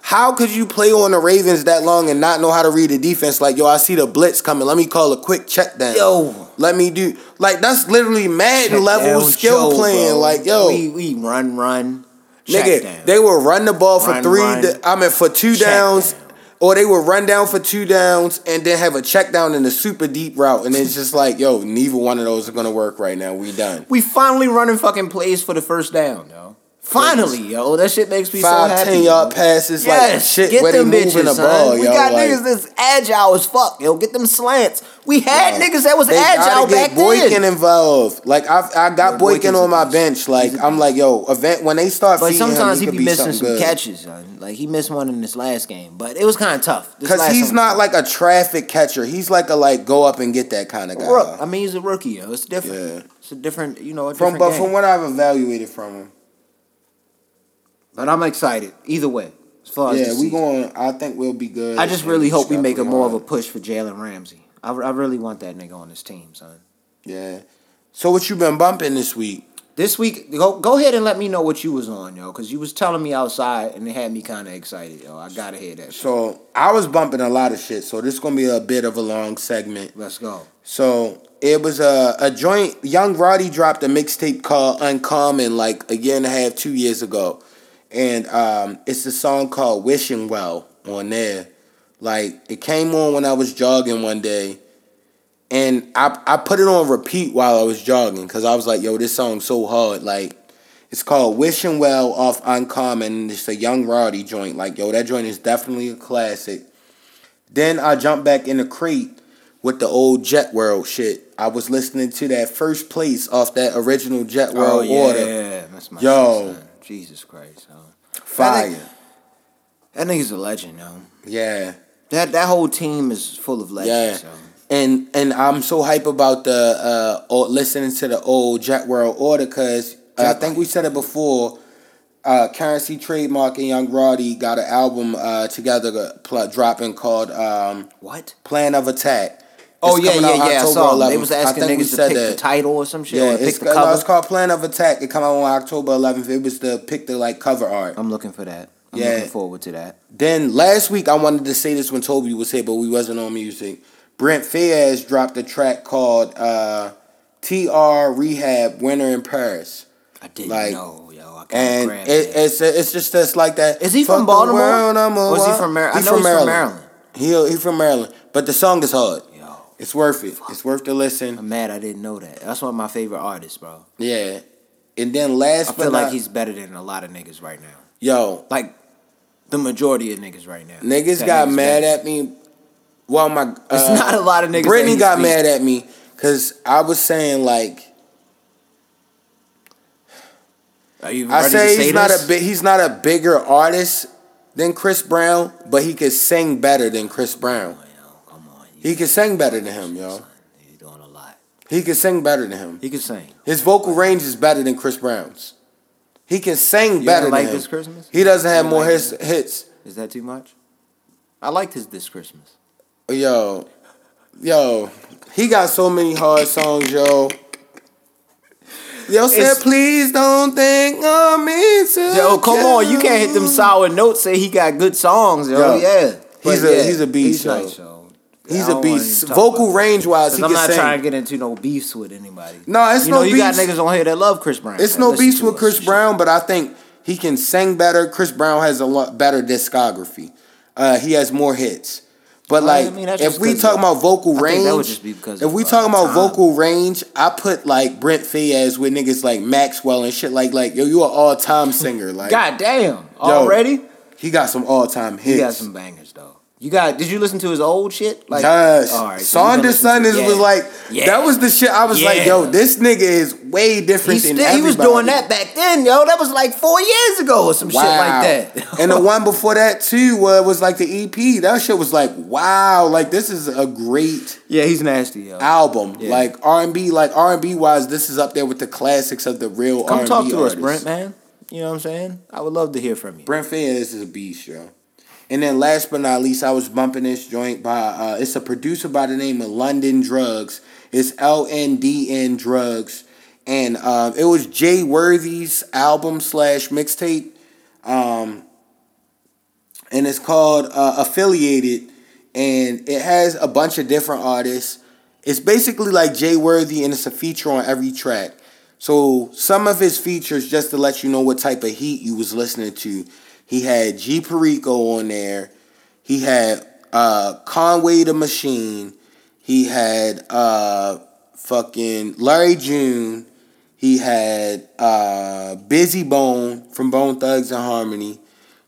how could you play on the Ravens that long and not know how to read a defense? Like, yo, I see the blitz coming. Let me call a quick check down. Yo. Let me do. Like, that's literally Madden level Check down skill Joe, playing. bro. Like, yo. we we run run. check Nigga, down. they will run the ball for Run, three. run. d- I mean, for two Check downs, down. or they will run down for two downs and then have a check down in a super deep route, and it's just like, yo, neither one of those are gonna work right now. We done. we finally running fucking plays for the first down, yo. Finally, yo, that shit makes me Five, so happy. ten yard yo. passes, Yes, like shit. get where they them moving bitches, the son. ball, we yo, got like, niggas that's agile as fuck, yo. Get them slants. We had Nah. niggas that was They agile gotta get back Boykin then. involved. Like I, I got Yeah, Boykin Boykin's a on my beast. bench. Like He's a I'm like, yo, event when they start. But feeding sometimes him, he be, he, could be missing something some good. catches. Son. Like he missed one in this last game, but it was kind of tough. This Cause last he's one- not like a traffic catcher. He's like a like go up and get that kind of guy. Rook. I mean, he's a rookie. Yo. It's different. Yeah. It's a different, you know, a From different but game. from what I've evaluated from him, But I'm excited either way. As far as yeah, the we season. going. I think we'll be good. I just really and hope we make a strap more of a on. push for Jalen Ramsey. I, I really want that nigga on this team, son. yeah. So what you been bumping this week? This week, go go ahead and let me know what you was on, yo, because you was telling me outside and it had me kind of excited, yo. I gotta hear that. shit. So I was bumping a lot of shit. So this gonna be a bit of a long segment. Let's go. So it was a a joint. Young Roddy dropped a mixtape called Uncommon like a year and a half, two years ago, and um, it's a song called Wishing Well on there. Like it came on when I was jogging one day, and I I put it on repeat while I was jogging because I was like, yo, this song's so hard. Like it's called Wishing Well off Uncommon. and It's a Young Roddy joint. Like yo, that joint is definitely a classic. Then I jumped back in the crate with the old Jet World shit. I was listening to that first place off that original Jet World order. Oh, yeah, that's my Yo. shit, son. Jesus Christ, yo. Fire. That nigga's a legend, yo. Yeah. That that whole team is full of legends, Yeah. yo. And and I'm so hype about the uh o- listening to the old Jet World order because I Jet think we said it before. Uh, Currency Trademark and Young Roddy got an album uh, together uh, pl- dropping called um, What? Plan of Attack. Oh It's yeah, coming yeah, out yeah. I October saw them. They 11th. was I asking think we niggas to said pick that. the title or some shit, Yeah, or pick it's, the no, cover. it's called Plan of Attack. It come out on October 11th. It was the pick the like cover art. I'm looking for that. I'm Yeah. looking forward to that. Then last week I wanted to say this when Toby was here, but we wasn't on music. Brent Fayez dropped a track called uh, "TR Rehab Winter in Paris." I didn't Like, know, yo. I And grabbed it, that. it's it's just that's like that. Oh, Is he Fuck from the Baltimore? world, I'm a Or is he wild- from Maryland? I He know he's from Maryland. He he from Maryland, but the song is hard. Yo, It's worth it. It's worth the listen. I'm mad I didn't know that. That's one of my favorite artists, bro. Yeah. And then last I but feel not, like he's better than a lot of niggas right now. yo Like the majority of niggas right now. niggas That got mad better. at me. Well, my uh, It's not a lot of niggas. Brittany that got mad at me because I was saying like Are you I ready say, to say he's not this? a big he's not a bigger artist than Chris Brown, but he could sing better than Chris Brown. Yo, come on, you, He could sing better than him, you're yo. doing a lot. He could sing better than him. He can sing. His vocal range is better than Chris Brown's. He can sing You better don't like than him. this Christmas? He doesn't have You more like hits, hits. Is that too much? I liked his this Christmas. Yo, yo, he got so many hard songs, yo. Yo said, It's- please don't think I'm insecure. Yo, come on, you can't hit them sour notes. Say he got good songs, yo. Yo, yeah, he's But a- yeah, he's a beast, yo. nice, yo. He's I a don't wanna beast. even talk about Vocal that. range wise, 'Cause he I'm can not sing. trying to get into no beefs with anybody. No, it's you no know, You got beefs. niggas on here that love Chris Brown. It's that no listen beef to with us Chris and shit. Brown, but I think he can sing better. Chris Brown has a lot better discography. Uh, he has more hits. But Well, I like, mean, that's if just we 'cause talk of- about vocal I range, think that would just be because if of, we uh, talking about time. vocal range, I put like Brent Fias with niggas like Maxwell and shit like like yo, you an all time singer. Like God damn, already he got some all time hits. he got some bangers though. You got? Did you listen to his old shit? Like, yes. all right, so you gonna Saunders listen to- Sanders yeah. was like Yeah. that was the shit. I was like, Yeah. yo, this nigga is way He, different than still, he was doing everybody. that back then, yo. That was like four years ago or some shit like that. and the one before that too uh, was like the EP. That shit was like, wow, like this is a great yeah, he's nasty, yo. album. Yeah. Like R and B, like R and B wise, this is up there with the classics of the real R and Come B talk to artists. us, Brent, man. You know what I'm saying? I would love to hear from you. Brent Fayez is a beast, yo. And then last but not least, I was bumping this joint by uh, it's a producer by the name of London Drugs. It's L N D N Drugs, and um, it was Jay Worthy's album slash mixtape, um, and it's called uh, Affiliated, and it has a bunch of different artists. It's basically like Jay Worthy, and it's a feature on every track. So some of his features, just to let you know what type of heat you was listening to, he had G Perico on there. He had uh, Conway the Machine. He had uh, fucking Larry June. He had uh, Busy Bone from Bone Thugs and Harmony.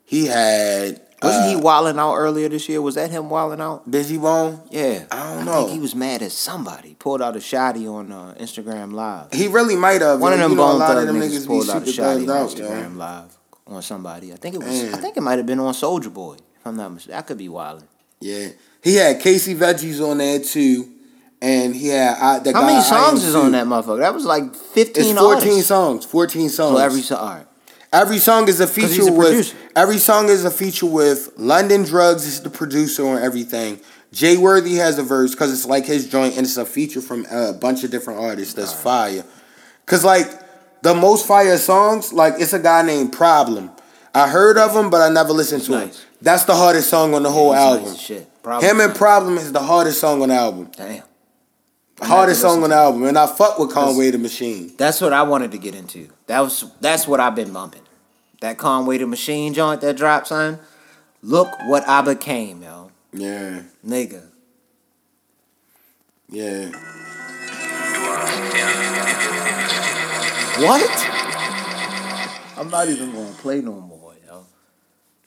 He had Wasn't uh, he wilding out earlier this year? Was that him wilding out? Busy Bone. Yeah, I don't think know. he was mad at somebody. Pulled out a shotty on uh, Instagram Live. He really might have. One of them you know, bone a lot of thug them niggas, niggas pulled out a be shotty super on out, Instagram yo. Live on somebody. I think it was. I Man. think it might have been on Soldier Boy. If I'm not mistaken, that could be wilding. Yeah, he had Casey Veggies on there too, and he had I, the How guy many I songs Am is Too. on that motherfucker? That was like 15 It's fourteen artists. songs. Fourteen songs. So every song. All right. Every song is a he's feature a with producer. every song is a feature with London Drugs is the producer on everything. Jay Worthy has a verse because it's like his joint and it's a feature from a bunch of different artists. That's fire. Cause like the most fire songs, like it's a guy named Problem. I heard of him, but I never listened to him. Nice. That's the hardest song on the whole He's nice album. as shit. Probably him and Problem is the hardest song on the album. Damn. Hardest listen song on the album. And I fuck with Conway the Machine. That's what I wanted to get into. That was that's what I've been bumping. That Conway the Machine joint that dropped, son. Look what I became, yo, Yeah. nigga. Yeah. What? I'm not even gonna play no more, yo.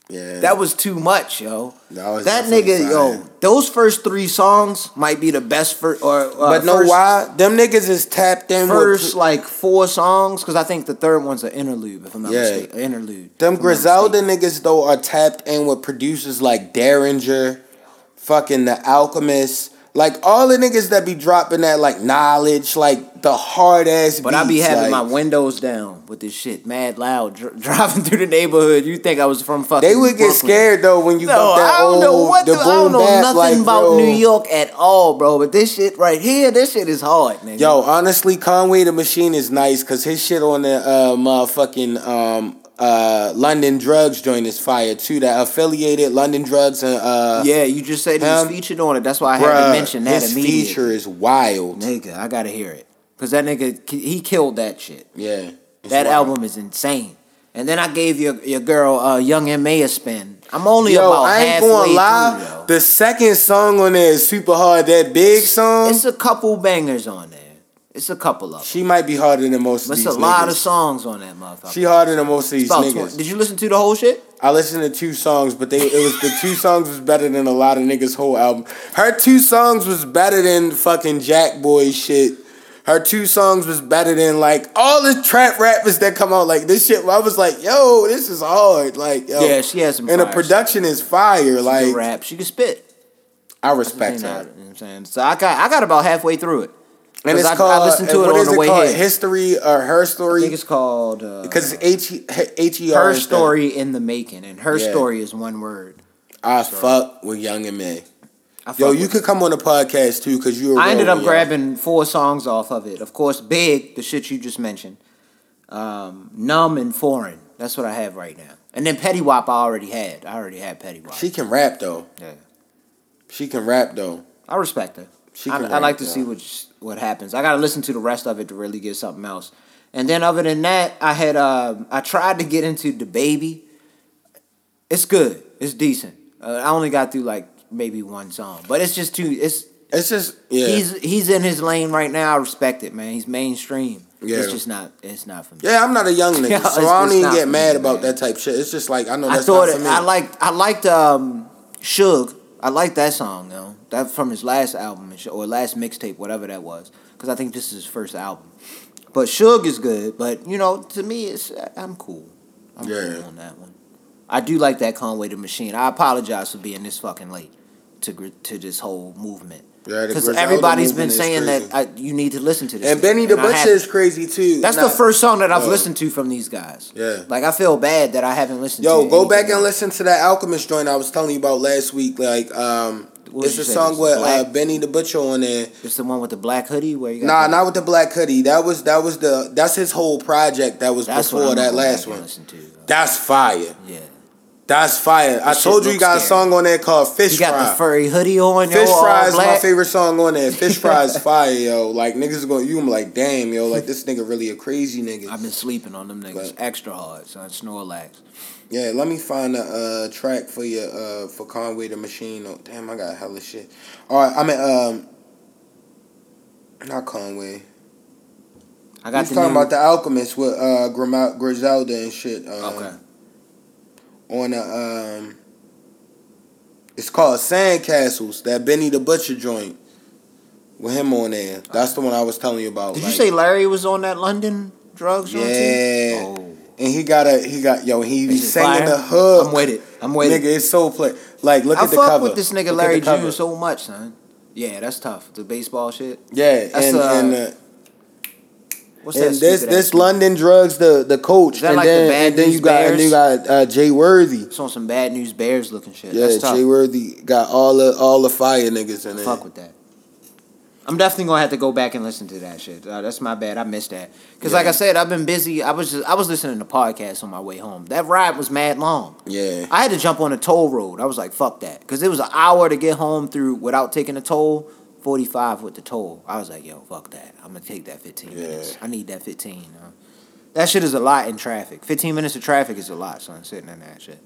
Yeah. That was too much, yo. That was That definitely nigga, fire. yo. Those first three songs might be the best for or uh, But know first- why? Them niggas is tapped in First with like four songs, because I think the third one's an interlude. If I'm not Yeah. mistaken, an interlude. them If I'm not mistaken. Griselda niggas though are tapped in with producers like Derringer, fucking the Alchemist, like all the niggas that be dropping that like knowledge, like the hard ass. But I be having like, my windows down with this shit, mad loud, dr- driving through the neighborhood. You think I was from fucking? They would get Brooklyn. scared though when you No, bump that I don't old know what the the, I don't boom know bap, nothing like, about bro. New York at all, bro. But this shit right here, this shit is hard, nigga. Yo, honestly, Conway the Machine is nice because his shit on the uh, motherfucking um, uh, London Drugs joint is fire too. That affiliated London Drugs and uh, yeah, you just said he was him- featured on it. That's why I had to Bruh, mention that his immediately. feature is wild. Nigga, I gotta hear it because that nigga he killed that shit. Yeah. that wild. album is insane. And then I gave your your girl uh, Young Ma a spin. I'm only about I ain't halfway gonna lie. through. yo. the second song on there is super hard. That big song, It's a couple bangers on there. It's a couple of them. she might be harder than most of But these. it's a lot niggas. of songs on that motherfucker. She harder than most of these About niggas. 20 Did you listen to the whole shit? I listened to two songs, but they it was the two songs was better than a lot of niggas' whole album. Her two songs was better than fucking Jack Boy shit. Her two songs was better than like all the trap rappers that come out like this shit. I was like, yo, this is hard. Like, yo. Yeah, she has some And the fire production is fire. She Like, can rap. She can spit. I You respect know what her. I'm saying? So I got I got about halfway through it. And 'Cause it's I- I called. listened to it what on is the it way called? here. History or her I think story? it's called uh, Because H H E R. Her is the- Story in the Making. And her Yeah. story is one word. I fuck with Young and May. I Yo, fuck you with could come on the podcast too, cause you. a I real ended one, up yo. grabbing four songs off of it. Of course, Big, the shit you just mentioned, um, Numb and Foreign. That's what I have right now. And then Petty Wop I already had. I already had Petty Wop. She can rap though. yeah. She can rap though. I respect her. She I, can I rap, like to yeah. see what sh- what happens. I got to listen to the rest of it to really get something else. And then other than that, I had uh, I tried to get into the baby. It's good. It's decent. Uh, I only got through like maybe one song, but it's just too. It's It's just yeah. he's he's in his lane right now. I respect it, man. He's mainstream. Yeah. It's just not. It's not for me. yeah, I'm not a young nigga, Yeah, so it's- I it's don't even not get for mad me, about man. that type shit. It's just like I know I Oh, that's thought not it, for me. I liked I liked um Suge. I liked that song though. That from his last album and sh- or last mixtape, whatever that was, because I think this is his first album. But Suge is good. But you know, to me, it's I'm cool. I'm Yeah. cool on that one. I do like that Conway the Machine. I apologize for being this fucking late to gr- to this whole movement. Yeah, the Because Griselda everybody's been movement is saying that crazy. I, you need to listen to this. and shit, Benny the I Butcher haven't. is crazy too. That's Nah. the first song that I've Yo. listened to from these guys. Yeah. Like I feel bad that I haven't listened. Yo, to go back anything and else. listen to that Alchemist joint I was telling you about last week. Like, um, What it's did a you say? song It's with uh, black? Benny the Butcher on there. It's the one with the black hoodie where you got Nah, the- not with the black hoodie. That was that was the that's his whole project. That was That's what before I'm gonna that go last back and one. Listen to uh, That's fire. yeah. That's fire. I shit told you you looks got a scary. song on there called Fish You got Fry. the furry hoodie on. yo, Fish all fry is my black. favorite song on there. Fish fry is fire, yo. Like niggas is going, you gonna be like, damn, yo, like this nigga really a crazy I've nigga. been sleeping on them niggas But- extra hard, son. Snorlax. Yeah, let me find a uh, track for you uh, for Conway the Machine. Oh, damn, I got hella shit. All right, I mean, um, not Conway. I We got was the talking new- about the Alchemist with uh, Grima- Griselda and shit. Um, okay. On a, um, it's called Sandcastles. That Benny the Butcher joint with him on there. That's the one I was telling you about. Did you like- say Larry was on that London drugs? joint, too? Yeah. Oh. And he got a he got yo he Is be it singing fire? the hook. I'm with it. I'm with it. Nigga, it's so play. Like look I at the fuck cover. with this nigga Look at Larry the cover. June so much, son. Yeah, that's tough. The baseball shit. Yeah, That's, and uh, and, uh, What's that? and this stupid ass this shit? London drugs the the coach. Is that and like the then, Bad and then News you got and then you got uh, Jay Worthy. It's on some bad news bears looking shit. Yeah, that's tough. Jay Worthy got all the all the fire niggas in there. Fuck with that. I'm definitely gonna have to go back and listen to that shit. Uh, that's my bad. I missed that because, like Yeah. I said, I've been busy. I was just, I was listening to podcasts on my way home. That ride was mad long. Yeah. I had to jump on a toll road. I was like, fuck that, because it was an hour to get home through without taking a toll. Forty five with the toll. I was like, yo, fuck that. I'm gonna take that fifteen Yeah. minutes. I need that fifteen. huh? That shit is a lot in traffic. Fifteen minutes of traffic is a lot. So I'm sitting in that shit.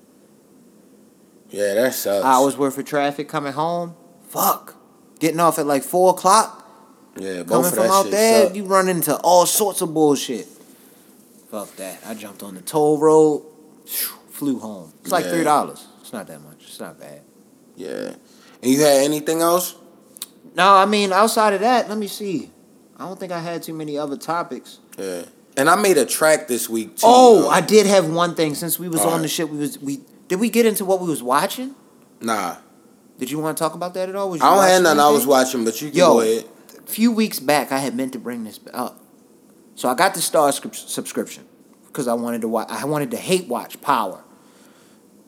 Yeah, that sucks. Hours worth of traffic coming home. Fuck. Getting off at like four o'clock. yeah, both Coming of from that out shit there, suck. you run into all sorts of bullshit. Fuck that. I jumped on the toll road, flew home. It's like Yeah. three dollars. It's not that much. It's not bad. Yeah. And you had anything else? No, I mean outside of that, let me see. I don't think I had too many other topics. Yeah. And I made a track this week too. Oh, yo. I did have one thing since we was All on right. the shit. We was we did we get into what we was watching? nah. Did you want to talk about that at all? Was you I don't have watching nothing I was anything? watching, but you can Yo. go ahead. few weeks back, I had meant to bring this up. So I got the Star scrip- subscription because I wanted to watch. I wanted to hate watch Power,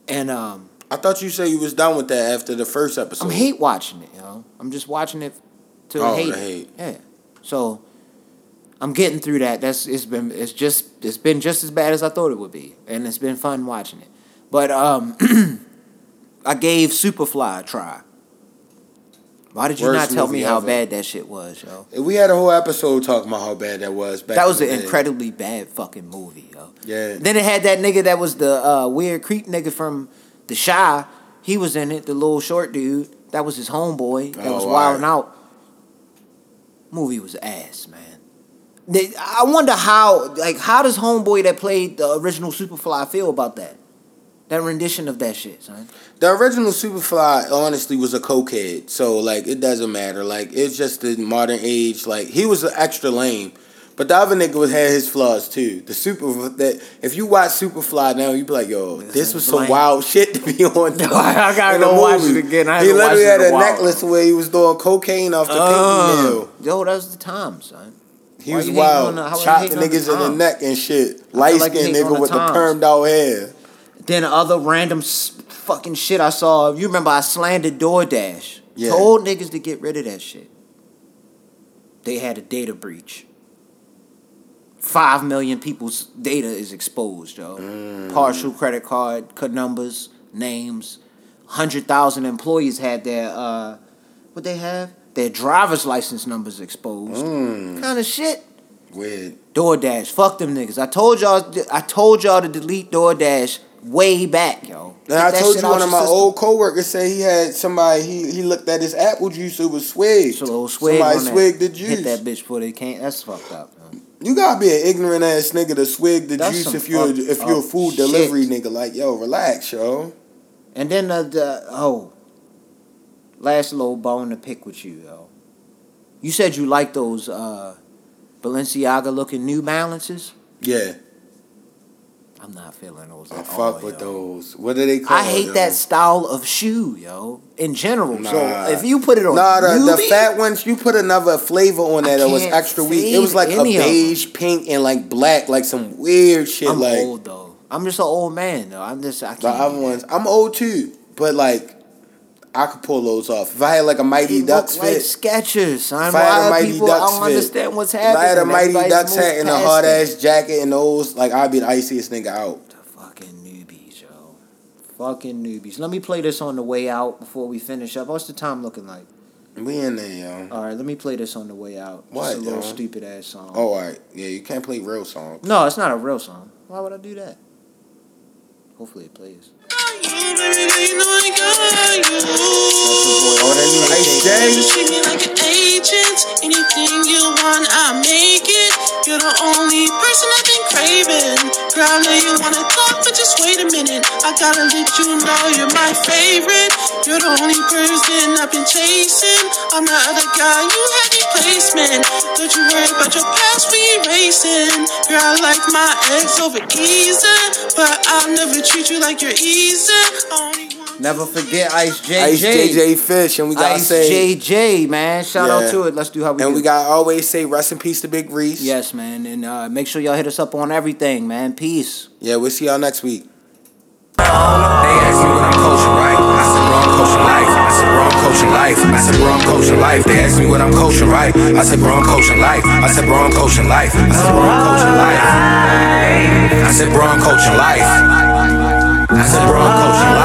and um, I thought you said you was done with that after the first episode. I'm hate watching it. You know, I'm just watching it to Oh, hate. it. to hate. Yeah. So I'm getting through that. That's it's been it's just it's been just as bad as I thought it would be, and it's been fun watching it. But um, I gave Superfly a try. Why did you Worst not tell me movie how ever. bad that shit was, yo? We had a whole episode talking about how bad that was. Back That was in the an day. incredibly bad fucking movie, yo. Yeah. Then it had that nigga that was the uh, weird creep nigga from The Shy. He was in it, the little short dude. That was his homeboy. That Oh, was all wilding right. out. Movie was ass, man. They- I wonder how, like, how does homeboy that played the original Superfly feel about that? That rendition of that shit, son. The original Superfly honestly was a cokehead, so like it doesn't matter. Like it's just the modern age. Like he was extra lame, but the other nigga was- had his flaws too. The super that if you watch Superfly now, you be like, yo, this was some lame. wild shit to be on. I gotta in the go watch it movie. again. I he haven't watched literally it in had a a while. necklace where he was doing cocaine off the Uh, pinky nail. Yo, that was the time, son. He why was you hating on wild, the- how- chopped the hating on the niggas in the Tom? neck and shit. Light like you skinned hating on nigga the with the Toms. permed out hair. Then other random s- fucking shit I saw. You remember I slandered DoorDash. Yeah. Told niggas to get rid of that shit. They had a data breach. Five million people's data is exposed, yo. Partial credit card c- numbers, names. Hundred thousand employees had their uh, what they have their driver's license numbers exposed. Mm. Kind of shit. Weird. DoorDash, fuck them niggas. I told y'all, I told y'all to delete DoorDash way back, yo. And Get I that told shit you out one your of my system. old coworkers said he had somebody he, he looked at his apple juice it was swigged. It's a little swig somebody on that. swigged the juice. Hit that bitch before they can't. That's fucked up. Man. You gotta be an ignorant ass nigga to swig the That's juice some if you're fucked if you're a up food shit. delivery nigga. Like yo, relax, yo. And then the, the oh, last little bone to pick with you, yo. You said you like those uh, Balenciaga looking New Balances. Yeah, I'm not feeling those. I at all, fuck with yo. those. What do they call? I hate them? that style of shoe, yo. In general, Nah. so if you put it on, Nah, the, the Nubi- fat ones. You put another flavor on I that. It was can't extra weak. It was fade like a any of 'em. beige, pink, and like black, like some weird shit. I'm like old though. I'm just an old man though. I'm just I can't. The other do that. ones, I'm old too, but like, I could pull those off. If I had like a Mighty They look Ducks like fit, Skechers. Son. if I had a Why Mighty people Ducks I don't fit, understand what's if happening. I had a Mighty Everybody Ducks moves hat and a past hard it. ass jacket and those, like I'd be the iciest nigga out. The fucking newbies, yo. Fucking newbies. Let me play this on the way out before we finish up. What's the time looking like? We in there, yo. All right, let me play this on the way out. Just What, a little yo? stupid ass song. Oh, all right, yeah. You can't play real songs. No, it's not a real song. Why would I do that? Hopefully it plays. Oh, that new Ice J. Treat me like an agent. Anything you want, I make it. You're the only person I've been craving. Girl, I know you wanna talk, but just wait a minute. I gotta let you know you're my favorite. You're the only person I've been chasing. I'm the other guy you had replacement. Don't you worry about your past, we erasing. Girl, I like my ex over easy, but I'll never treat you like you're easy. I only want Never forget Ice JJ. Ice JJ Fish, and we gotta Ice say, JJ, man. Shout Yeah. out to it. Let's do how we and do. we gotta always say, rest in peace to Big Reese. Yes, man. And uh, make sure y'all hit us up on everything, man. Peace. yeah. We'll see y'all next week. They ask me what I'm coaching, right? I said, bro, I'm coaching life. I said, bro, I'm coaching life. I said, bro, I'm coaching life. They ask me what I'm coaching, right? I said, bro, I'm coaching life. I said, bro, I'm coaching life. I said, bro, I'm coaching life. I said, bro, I'm coaching life. I said, bro, I'm coaching